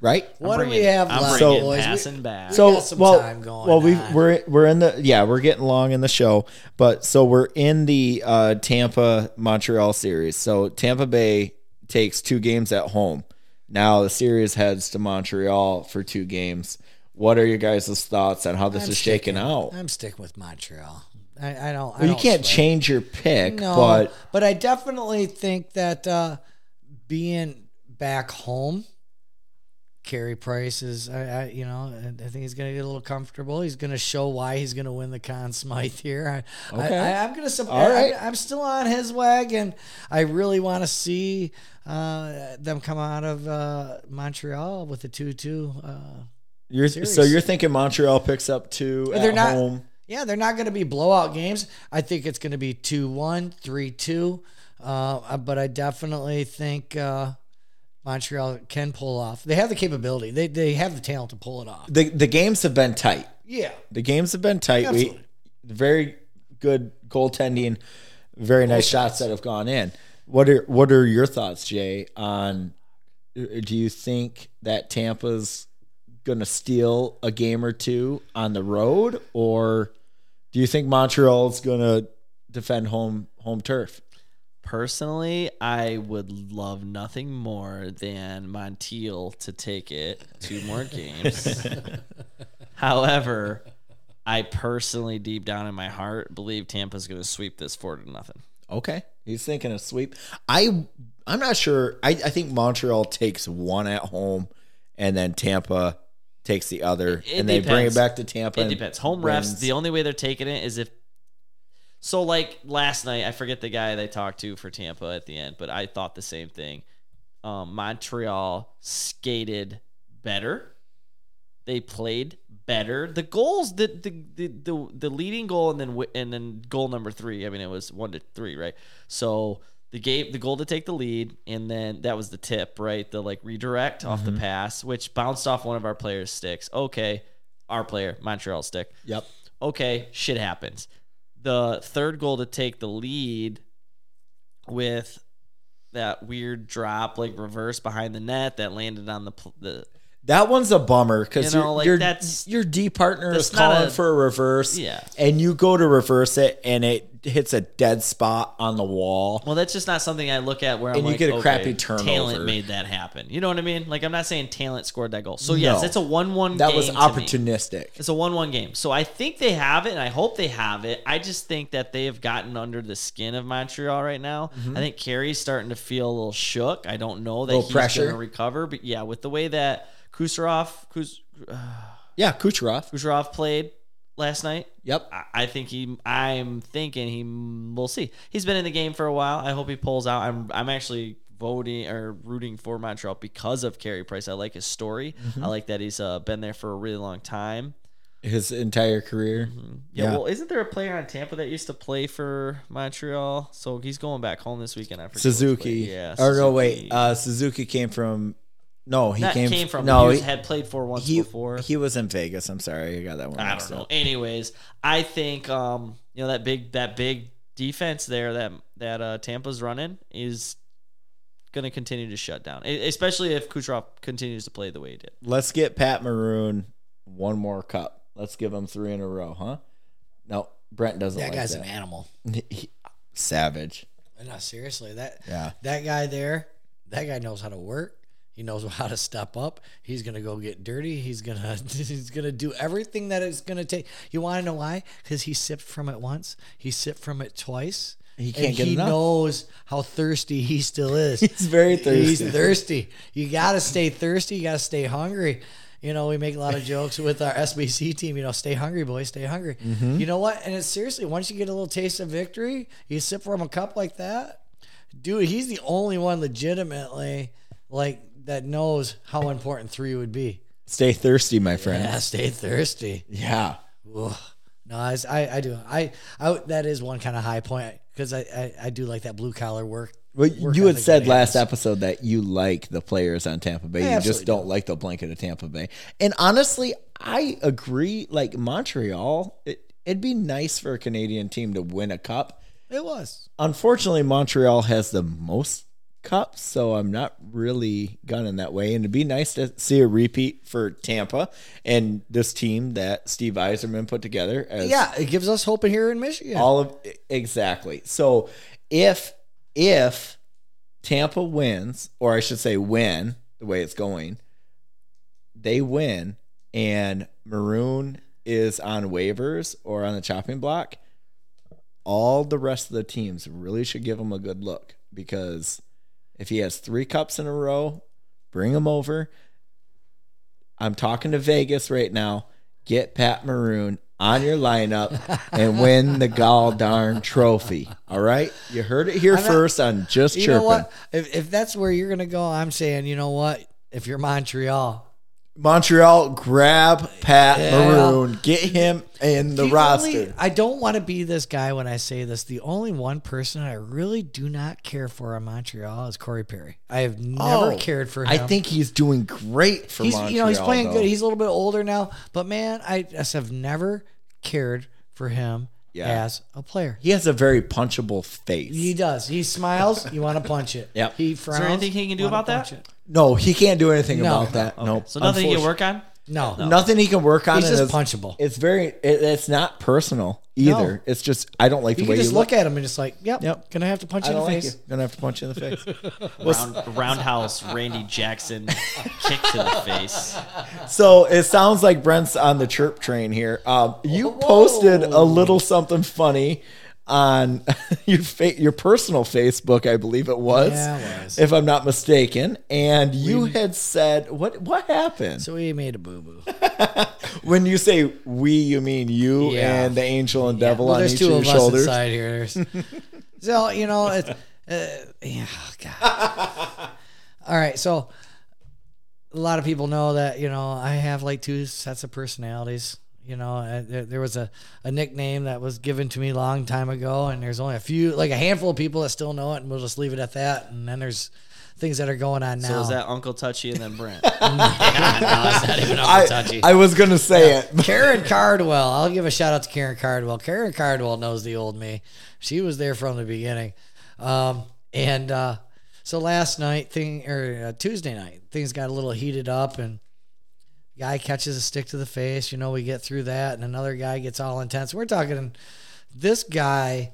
S2: right?
S4: I'm
S1: What do
S4: bringing-
S1: we have
S4: I'm
S1: left,
S4: bringing
S1: boys? We-
S4: passing back.
S2: So
S1: got some
S2: well,
S1: time going
S2: well, we
S1: on.
S2: we're we're in the yeah we're getting long in the show, but so we're in the uh, Tampa Montreal series. So Tampa Bay takes two games at home. Now the series heads to Montreal for two games. What are your guys' thoughts on how this
S1: I'm
S2: is shaking
S1: sticking-
S2: out?
S1: I'm sticking with Montreal. I, I don't. I
S2: well, you
S1: don't
S2: can't
S1: sweat.
S2: change your pick,
S1: No,
S2: but
S1: I definitely think that uh, being back home, Carey Price is, I, I, you know, I I think he's going to get a little comfortable. He's going to show why he's going to win the Conn Smythe here. I,
S2: Okay.
S1: I, I, am going to
S2: All
S1: support.
S2: right.
S1: I'm still on his wagon. I really want to see uh, them come out of uh, Montreal with a two-two. Uh,
S2: you're so
S1: Series.
S2: you're thinking Montreal picks up two at
S1: they're not-
S2: home.
S1: yeah, they're not going to be blowout games. I think it's going to be 2 1, 3 2. Uh, but I definitely think uh, Montreal can pull off. They have the capability, they, they have the talent to pull it off.
S2: The the games have been tight.
S1: Yeah.
S2: The games have been tight. We,
S1: Absolutely.
S2: very good goaltending, very nice shots that have gone in. What are what are your thoughts, Jay? On do you think that Tampa's going to steal a game or two on the road, or do you think Montreal's going to defend home home turf?
S4: Personally, I would love nothing more than Montiel to take it two more games. However, I personally, deep down in my heart, believe Tampa's going to sweep this four to nothing.
S2: Okay, he's thinking a sweep. I I'm not sure. I, I think Montreal takes one at home, and then Tampa takes the other,
S4: It- it
S2: and they bring it
S4: depends.
S2: back to Tampa.
S4: It
S2: and
S4: depends. Home refs,
S2: wins.
S4: the only way they're taking it is if. So, like last night, I forget the guy they talked to for Tampa at the end, but I thought the same thing. Um, Montreal skated better. They played better. The goals, the the the the, the leading goal, and then wi- and then goal number three. I mean, it was one to three, right? So the game, the goal to take the lead, and then that was the tip, right? The like redirect off the
S2: Mm-hmm.
S4: pass, which bounced off one of our players' sticks. Okay, our player, Montreal stick
S2: Yep.
S4: okay, shit happens. The third goal to take the lead with that weird drop, like reverse behind the net that landed on the pl- the
S2: That one's a bummer because
S4: You
S2: you
S4: know, like,
S2: your
S4: that's-
S2: your D partner is
S4: that's not
S2: calling
S4: a-
S2: for a reverse,
S4: Yeah.
S2: and you go to reverse it and it hits a dead spot on the wall.
S4: Well, that's just not something I look at where I'm
S2: And you
S4: like,
S2: get a
S4: okay,
S2: crappy turnover.
S4: Talent made that happen. You know what I mean? Like I'm not saying talent scored that goal. So yes,
S2: No.
S4: it's a one-one.
S2: That
S4: game
S2: was
S4: to me.
S2: opportunistic.
S4: It's a one-one game. So I think they have it, and I hope they have it. I just think that they have gotten under the skin of Montreal right now. I think Carey's starting to feel a little shook. I don't know that
S2: Mm-hmm. Little
S4: he's
S2: pressure.
S4: going to recover, but yeah, with the way that Kucherov Kuz,
S2: Yeah, Kucherov.
S4: Kucherov played last night,
S2: Yep.
S4: I- I think he. I'm thinking he. We'll see. He's been in the game for a while. I hope he pulls out. I'm. I'm actually voting or rooting for Montreal because of Carey Price. I like his story.
S2: Mm-hmm.
S4: I like that he's uh, been there for a really long time.
S2: His entire career.
S4: Yeah,
S2: Yeah.
S4: Well, isn't there a player on Tampa that used to play for Montreal? So he's going back home this weekend. I forget which
S2: Suzuki.
S4: player. Yeah.
S2: Or no,
S4: Suzuki.
S2: wait. Uh, Suzuki came from. No, he
S4: Not
S2: came,
S4: came, from.
S2: No,
S4: he was-
S2: he,
S4: had played for once
S2: he,
S4: before.
S2: he was in Vegas. I'm sorry, I got that one.
S4: I
S2: mixed
S4: don't know.
S2: up.
S4: Anyways, I think um, you know that big that big defense there that that uh, Tampa's running is going to continue to shut down, e- especially if Kucherov continues to play the way he did.
S2: Let's get Pat Maroon one more cup. Let's give him three in a row, huh? No, Brent doesn't
S1: That
S2: like
S1: guy's an
S2: that.
S1: animal.
S2: He- savage.
S1: No, seriously, that
S2: Yeah.
S1: that guy there, that guy knows how to work. He knows how to step up. He's gonna go get dirty. He's gonna he's gonna do everything that it's gonna take. You want to know why? Because he sipped from it once. He sipped from it twice.
S2: He can't
S1: and
S2: get
S1: He
S2: enough.
S1: knows how thirsty he still is.
S2: He's very
S1: He's
S2: thirsty.
S1: thirsty. You gotta stay thirsty. You gotta stay hungry. You know, we make a lot of jokes with our SBC team. You know, stay hungry, boys, stay hungry.
S2: Mm-hmm.
S1: You know what? And it's seriously, once you get a little taste of victory, you sip from a cup like that, dude. He's the only one legitimately like that knows how important three would be.
S2: Stay thirsty, my friend.
S1: Yeah, stay thirsty.
S2: Yeah.
S1: Ugh. No, I, I, I do. I, I that is one kind of high point because I, I, I do like that blue collar work.
S2: Well,
S1: work
S2: you had
S1: ethic
S2: said
S1: that
S2: last
S1: he has.
S2: episode that you like the players on Tampa Bay. you
S1: absolutely
S2: just don't like the blanket of Tampa Bay. And honestly, I agree. Like Montreal, it, it'd be nice for a Canadian team to win a cup.
S1: It was.
S2: Unfortunately, Montreal has the most cups, so I'm not really gunning that way. And it'd be nice to see a repeat for Tampa and this team that Steve Eiserman put together. As
S1: Yeah, it gives us hope here in Michigan.
S2: all of exactly. So if if Tampa wins, or I should say win, the way it's going, they win and Maroon is on waivers or on the chopping block, all the rest of the teams really should give him a good look because if he has three cups in a row, bring him over. I'm talking to Vegas right now. Get Pat Maroon on your lineup and win the gall darn trophy. All right, you heard it here
S1: I'm not-
S2: first on just
S1: you
S2: chirping.
S1: know what? If, if that's where you're gonna go, I'm saying, you know what? If you're Montreal,
S2: Montreal, grab Pat
S1: Yeah.
S2: Maroon, get him in the,
S1: only-
S2: roster.
S1: I don't want to be this guy when I say this. The only one person I really do not care for in Montreal is Corey Perry. I have never
S2: Oh,
S1: cared for him.
S2: I think he's doing great for
S1: he's
S2: Montreal.
S1: you know he's playing
S2: though.
S1: good. He's a little bit older now, but man, I just have never cared for him
S2: Yeah.
S1: as a player.
S2: he has a very punchable face.
S1: He does. He smiles. You want to punch it.
S2: Yep.
S1: He frowns.
S4: anything he can do
S1: wanna
S4: about that?
S1: punch it.
S2: no, he can't do anything
S1: No.
S2: about that. No,
S4: So nothing you can
S2: Unfortunately.
S4: work on.
S1: No.
S2: Nothing he can work on.
S1: He's
S2: and it's-
S1: just punchable.
S2: It's very. It, it's not personal either. It's just I don't like
S1: You
S2: the way
S1: can just
S2: you
S1: look,
S2: look.
S1: at him and just like, yep,
S2: Yep.
S1: gonna have to punch
S2: I
S1: you in
S2: don't
S1: the
S2: like
S1: face.
S2: you. Gonna have to punch you in the face.
S4: Round, roundhouse Randy Jackson kick to the face.
S2: So it sounds like Brent's on the chirp train here. Um, you posted a little something funny on your fa- your personal Facebook, I believe it was,
S1: Yeah, it was.
S2: if I'm not mistaken. And you had said what what happened
S1: So he made a boo boo.
S2: when you say we? You mean you
S1: Yeah.
S2: and the angel and devil
S1: well,
S2: on
S1: there's
S2: each of
S1: two
S2: your
S1: of us
S2: shoulders.
S1: inside here. There's, so you know, it's, uh, yeah, oh, God. All right, so a lot of people know that you know I have like two sets of personalities. You know, I, there, there was a, a nickname that was given to me a long time ago, and there's only a few, like a handful of people that still know it, and we'll just leave it at that. And then there's things that are going on now.
S4: So is that Uncle Touchy and then Brent? no, it's not even Uncle
S2: I,
S4: Touchy.
S2: I was gonna say it. but
S1: Karen Cardwell. I'll give a shout out to Karen Cardwell. Karen Cardwell knows the old me. She was there from the beginning. Um, and uh, so last night thing or uh, Tuesday night, things got a little heated up and Guy catches a stick to the face. You know, we get through that, and another guy gets all intense. We're talking, this guy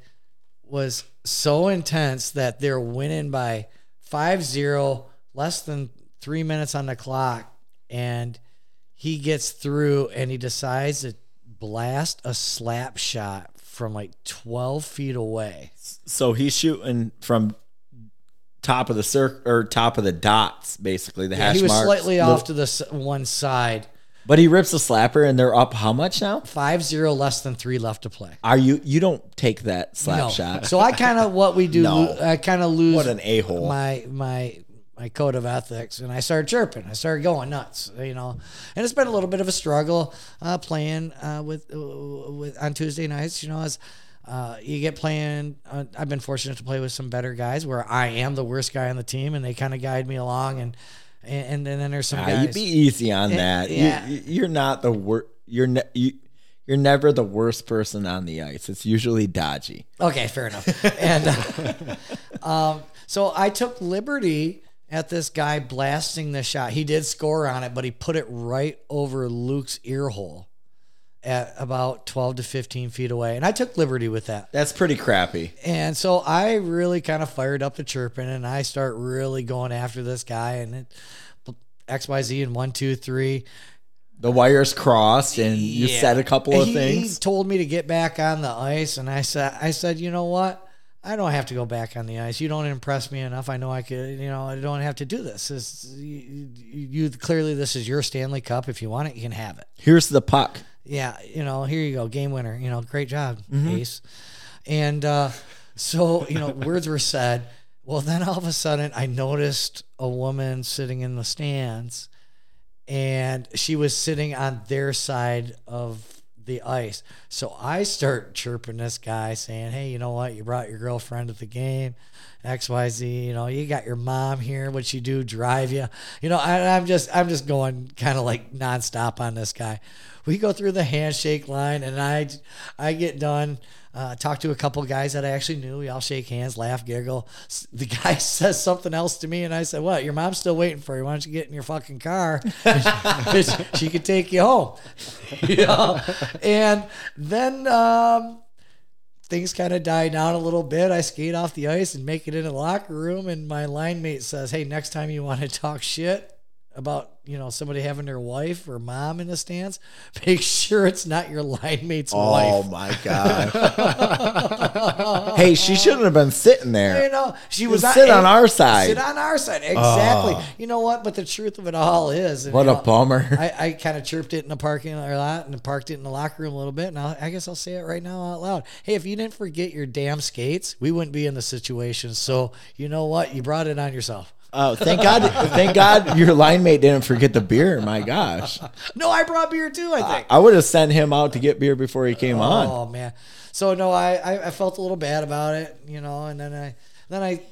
S1: was so intense that they're winning by 5-0, less than three minutes on the clock, and he gets through and he decides to blast a slap shot from like 12 feet away.
S2: So he's shooting from top of the circ or top of the dots, basically the hash
S1: he was
S2: marks.
S1: slightly
S2: Look-
S1: off to the s- one side.
S2: but he rips a slapper, and they're up how much now?
S1: 5-0, less than three left to play.
S2: Are you? You don't take that slap
S1: No.
S2: shot.
S1: So I kind of what we do.
S2: No.
S1: lo- I kind of lose
S2: what an a hole!
S1: my my my code of ethics, and I started chirping. I started going nuts, you know. And it's been a little bit of a struggle uh, playing uh, with with on Tuesday nights. You know, as uh, you get playing, uh, I've been fortunate to play with some better guys where I am the worst guy on the team, and they kind of guide me along. And and, and then there's some
S2: Ah,
S1: guys.
S2: you be easy on that.
S1: yeah.
S2: You, you're not the worst. You're ne- you, you're never the worst person on the ice. It's usually dodgy.
S1: Okay, fair enough. And uh, um, so I took liberty at this guy blasting the shot. He did score on it, but he put it right over Luke's ear hole at about 12 to 15 feet away. And I took liberty with that.
S2: That's pretty crappy.
S1: And so I really kind of fired up the chirping and I start really going after this guy and it, XYZ and one, two, three.
S2: The wires crossed, and you said a couple of
S1: he,
S2: things.
S1: He told me to get back on the ice, and I said, I said, you know what? I don't have to go back on the ice. You don't impress me enough. I know I could, you know, I don't have to do this. this you, you clearly this is your Stanley Cup. If you want it, you can have it
S2: Here's the puck.
S1: yeah, you know, here you go, game winner. You know, great job, Ace. And uh, so, you know, words were said. Well, then all of a sudden, I noticed a woman sitting in the stands, and she was sitting on their side of the ice. So I start chirping this guy, saying, "Hey, you know what? You brought your girlfriend to the game, X, Y, Z. You know, you got your mom here. What you do? Drive you? You know, I, I'm just, I'm just going kind of like nonstop on this guy. We go through the handshake line, and I, I get done. Uh, talk to a couple guys that I actually knew. We all shake hands, laugh, giggle. S- The guy says something else to me, and I said, "What? Your mom's still waiting for you. Why don't you get in your fucking car? she could take you home." you know? And then um, things kind of die down a little bit. I skate off the ice and make it in the locker room, and my line mate says, "Hey, next time you want to talk shit." About you know somebody having their wife or mom in the stands, make sure it's not your line mate's
S2: Oh
S1: wife.
S2: my god! hey, she shouldn't have been sitting
S1: You
S2: there.
S1: know, she was
S2: Sit on our
S1: Sit
S2: side. Ah.
S1: on our side, exactly. You know what? But the truth of it all is, and,
S2: What
S1: you
S2: a
S1: know,
S2: bummer!
S1: I, I kind of chirped it in the parking lot and parked it in the locker room a little bit. And I'll, I guess I'll say it right now out loud. Hey, if you didn't forget your damn skates, we wouldn't be in the situation. So you know what? You brought it on yourself.
S2: Oh, thank God! Thank God your line mate didn't forget the beer. My gosh,
S1: No, I brought beer too. I think.
S2: I would have sent him out to get beer before he came on.
S1: Oh man. So no, I, I I felt a little bad about it, you know, and then I then I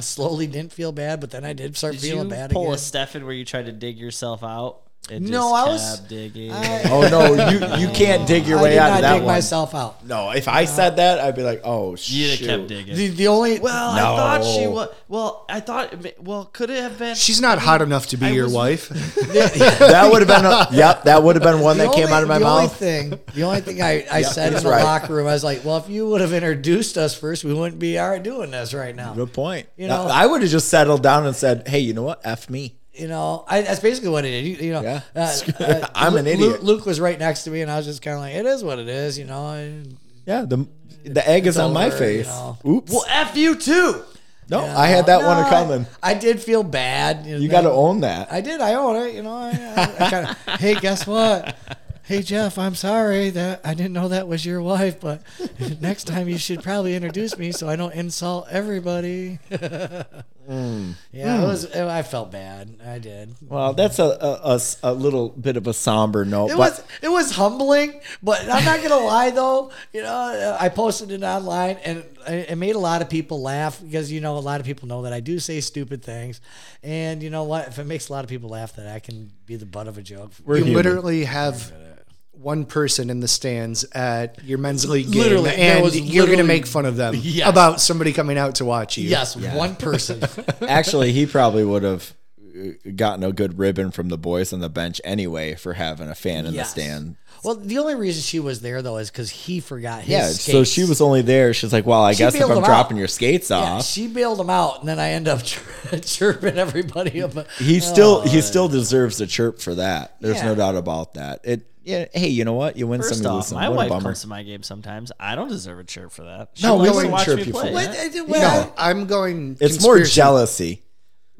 S1: slowly didn't feel bad, but then I did start
S4: Did
S1: feeling
S4: you
S1: bad
S4: pull
S1: again.
S4: a Stefan where you tried to dig yourself out? And
S1: No,
S4: just
S1: I was-
S4: kept digging.
S1: I-
S2: Oh no, you you can't dig your
S1: I
S2: way
S1: did
S2: out
S1: not
S2: of that
S1: dig
S2: one.
S1: myself out.
S2: No, if I said that, I'd be like, oh
S4: you
S2: shit.
S4: kept digging.
S1: The, the only
S4: well,
S2: No.
S4: I thought she was. Well, I thought. it ma- Well, could it have been?
S3: She's not hot enough to be
S4: I
S3: your
S4: was-
S3: wife.
S2: That would have been a, yep. That would have been one
S1: The
S2: that came
S1: only-
S2: out of my
S1: the only
S2: mouth.
S1: thing, the only thing I, I said in
S2: that's
S1: the
S2: right.
S1: locker room, I was like, well, if you would have introduced us first, we wouldn't be are doing this right now.
S2: Good point.
S1: You know-
S2: I would have just settled down and said, hey, you know what? F me.
S1: You know, I, that's basically what it is. You, you know,
S2: Yeah.
S1: uh, uh,
S2: I'm an
S1: Lu- Lu-
S2: idiot.
S1: Luke, was right next to me, and I was just kind of like, it is what it is, you know. And
S2: Yeah, the the egg is
S1: It's
S2: on my
S1: over,
S2: face.
S1: you know.
S2: Oops.
S4: well, f you too.
S2: no, I had that one
S1: uh, No,
S2: a coming.
S1: I, I did feel bad.
S2: You got to own that.
S1: I did. I own it. You know. I, I, I kinda, hey, guess what? Hey Jeff, I'm sorry that I didn't know that was your wife, but next time you should probably introduce me so I don't insult everybody. Yeah, it was. I felt bad. I did.
S2: well, that's a a- a s- a little bit of a somber note,
S1: It
S2: but
S1: was it was humbling, but I'm not gonna lie though. You know, uh, I posted it online and it it made a lot of people laugh because you know a lot of people know that I do say stupid things, and you know what? If it makes a lot of people laugh, that I can be the butt of a joke.
S2: we're
S3: You
S2: human.
S3: literally have one person in the stands at your men's league game,
S1: Literally, there
S3: and
S1: was
S3: you're going to
S1: literally-
S3: make fun of them
S1: Yes.
S3: about somebody coming out to watch you.
S1: Yes, one person.
S2: Actually, he probably would have uh, gotten a good ribbon from the boys on the bench anyway for having a fan in
S1: Yes.
S2: the stand.
S1: Well, the only reason she was there though is because he forgot his.
S2: Yeah, so
S1: skates.
S2: she was only there. She's like, "Well, I guess if
S1: bailed
S2: I'm
S1: him out.
S2: dropping your skates
S1: Yeah,
S2: off,
S1: she bailed him out, and then I end up chir- chirping everybody up.
S2: he still he still deserves a chirp for that. There's
S1: Oh. Yeah.
S2: no doubt about that. It yeah. Hey, you know what? You win
S4: First
S2: some, you lose
S4: off,
S2: some.
S4: my
S2: what
S4: wife
S2: a bummer.
S4: comes to my game sometimes. I don't deserve a cheer for that. She
S2: No, we
S4: likes to
S2: wouldn't
S4: watch
S2: cheer
S4: me
S2: people.
S4: play.
S2: What?
S4: yeah.
S3: No, I'm going.
S2: It's more
S3: conspiracy.
S2: jealousy.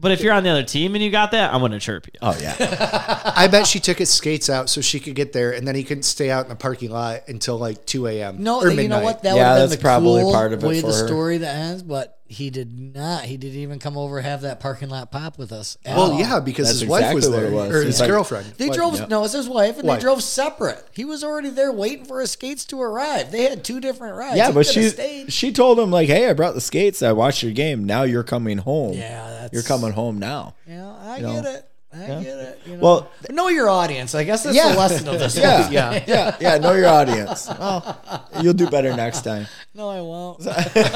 S4: But if you're on the other team and you got that, I'm gonna chirp you.
S2: Oh yeah,
S3: I bet she took his skates out so she could get there, and then he couldn't stay out in the parking lot until like 2 a.m.
S1: No,
S3: or
S1: you know
S3: midnight.
S1: what?
S2: Yeah,
S1: That would have
S2: that's
S1: been the
S2: probably
S1: cool
S2: part of it
S1: way
S2: for
S1: the
S2: her.
S1: story that ends, but he did not. He didn't even come over have that parking lot pop with us. at
S3: Well,
S1: all.
S3: yeah, because
S2: That's
S3: his wife was
S2: exactly
S3: there,
S2: what it was.
S3: or
S2: It's
S3: his
S2: like-
S3: girlfriend.
S1: They
S3: What?
S1: drove
S2: Yep.
S1: no, it's his wife, and
S3: Wife.
S1: they drove separate. He was already there waiting for his skates to arrive. They had two different rides.
S2: yeah.
S1: He
S2: But
S1: could have
S2: she
S1: stayed.
S2: she told him like, "Hey, I brought the skates. I watched your game. Now you're coming home.
S1: Yeah, that's
S2: you're coming home now."
S1: Yeah, I
S2: know.
S1: get it. I get it. You know.
S2: Well,
S1: know your audience. I guess that's
S2: Yeah.
S1: the lesson of this.
S2: Yeah,
S1: one.
S2: yeah, yeah, yeah. Know your audience. Well, you'll do better next time.
S1: No, I won't.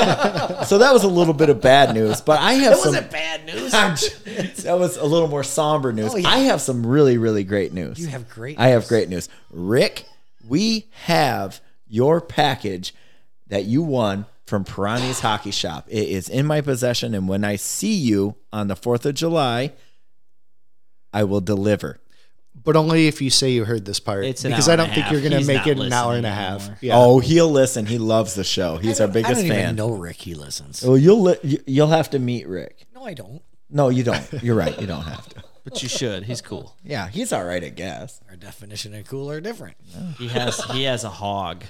S2: So that was a little bit of bad news, but I have
S1: That
S2: some.
S1: wasn't bad news.
S2: that was a little more somber news.
S1: Oh, yeah.
S2: I have some really, really great news.
S1: You have great
S2: I have great news. Rick, we have your package that you won from Pirani's Hockey Shop. It is in my possession, and when I see you on the 4th of July, I will deliver.
S3: but only if you say you heard this part,
S4: It's an
S3: because
S4: hour
S3: I
S4: and a
S3: don't think
S4: half.
S3: you're going to
S4: He's
S3: make
S4: not
S3: it an hour and a
S4: listening
S3: half.
S4: anymore.
S3: Yeah.
S2: Oh, he'll listen. He loves the show. He's our biggest
S1: I don't
S2: fan. Oh.
S1: even know Ricky listens.
S2: Well, you'll li- you- you'll have to meet Rick.
S1: No, I don't.
S2: No, you don't. You're right. You don't have to.
S4: But you should. He's cool.
S2: Yeah, he's all right, I guess.
S1: Our definition of cool are different.
S4: He has he has a hog.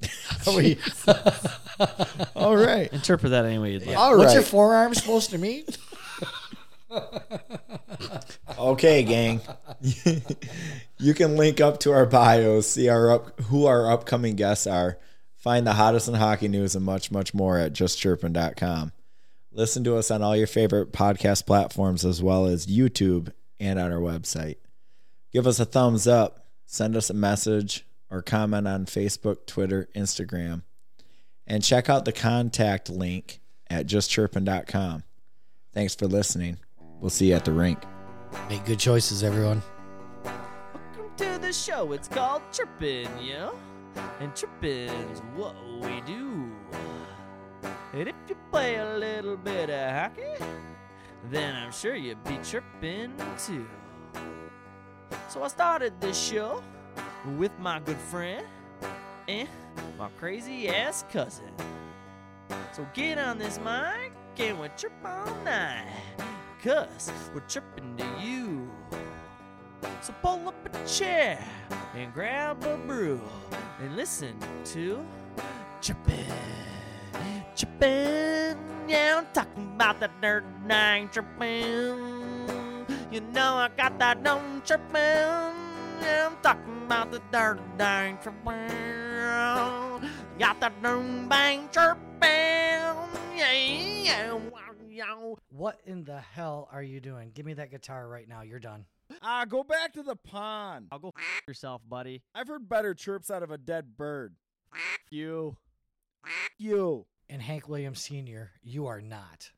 S2: All right.
S4: Interpret that any way you'd like.
S2: All right.
S1: What's your forearm supposed to mean?
S2: Okay, gang. you can link up to our bios, see our up, who our upcoming guests are, find the hottest in hockey news, and much, much more at justchirpin.com. Listen to us on all your favorite podcast platforms as well as YouTube and on our website. Give us a thumbs up, send us a message, or comment on Facebook, Twitter, Instagram. And check out the contact link at justchirpin.com. Thanks for listening. We'll see you at the rink.
S1: Make good choices, everyone.
S4: Welcome to the show. It's called Trippin', yeah? And trippin's what we do. And if you play a little bit of hockey, then I'm sure you'd be trippin' too. So I started this show with my good friend and my crazy ass cousin. So get on this mic and we'll trip all night. Cause we're trippin' to you. So pull up a chair and grab a brew and listen to Trippin'. Trippin'. Yeah, I'm talking about that nerd nine trippin'. You know I got that known trippin'. Yeah, I'm talking about the nerd nine trippin'. Got that known bang trippin'. Yeah, yeah, wow, yeah.
S1: What in the hell are you doing? Give me that guitar right now. You're done.
S2: Ah, go back to the pond.
S4: I'll go f- yourself, buddy.
S2: I've heard better chirps out of a dead bird.
S4: F- you.
S2: You.
S1: And Hank Williams Sr., you are not.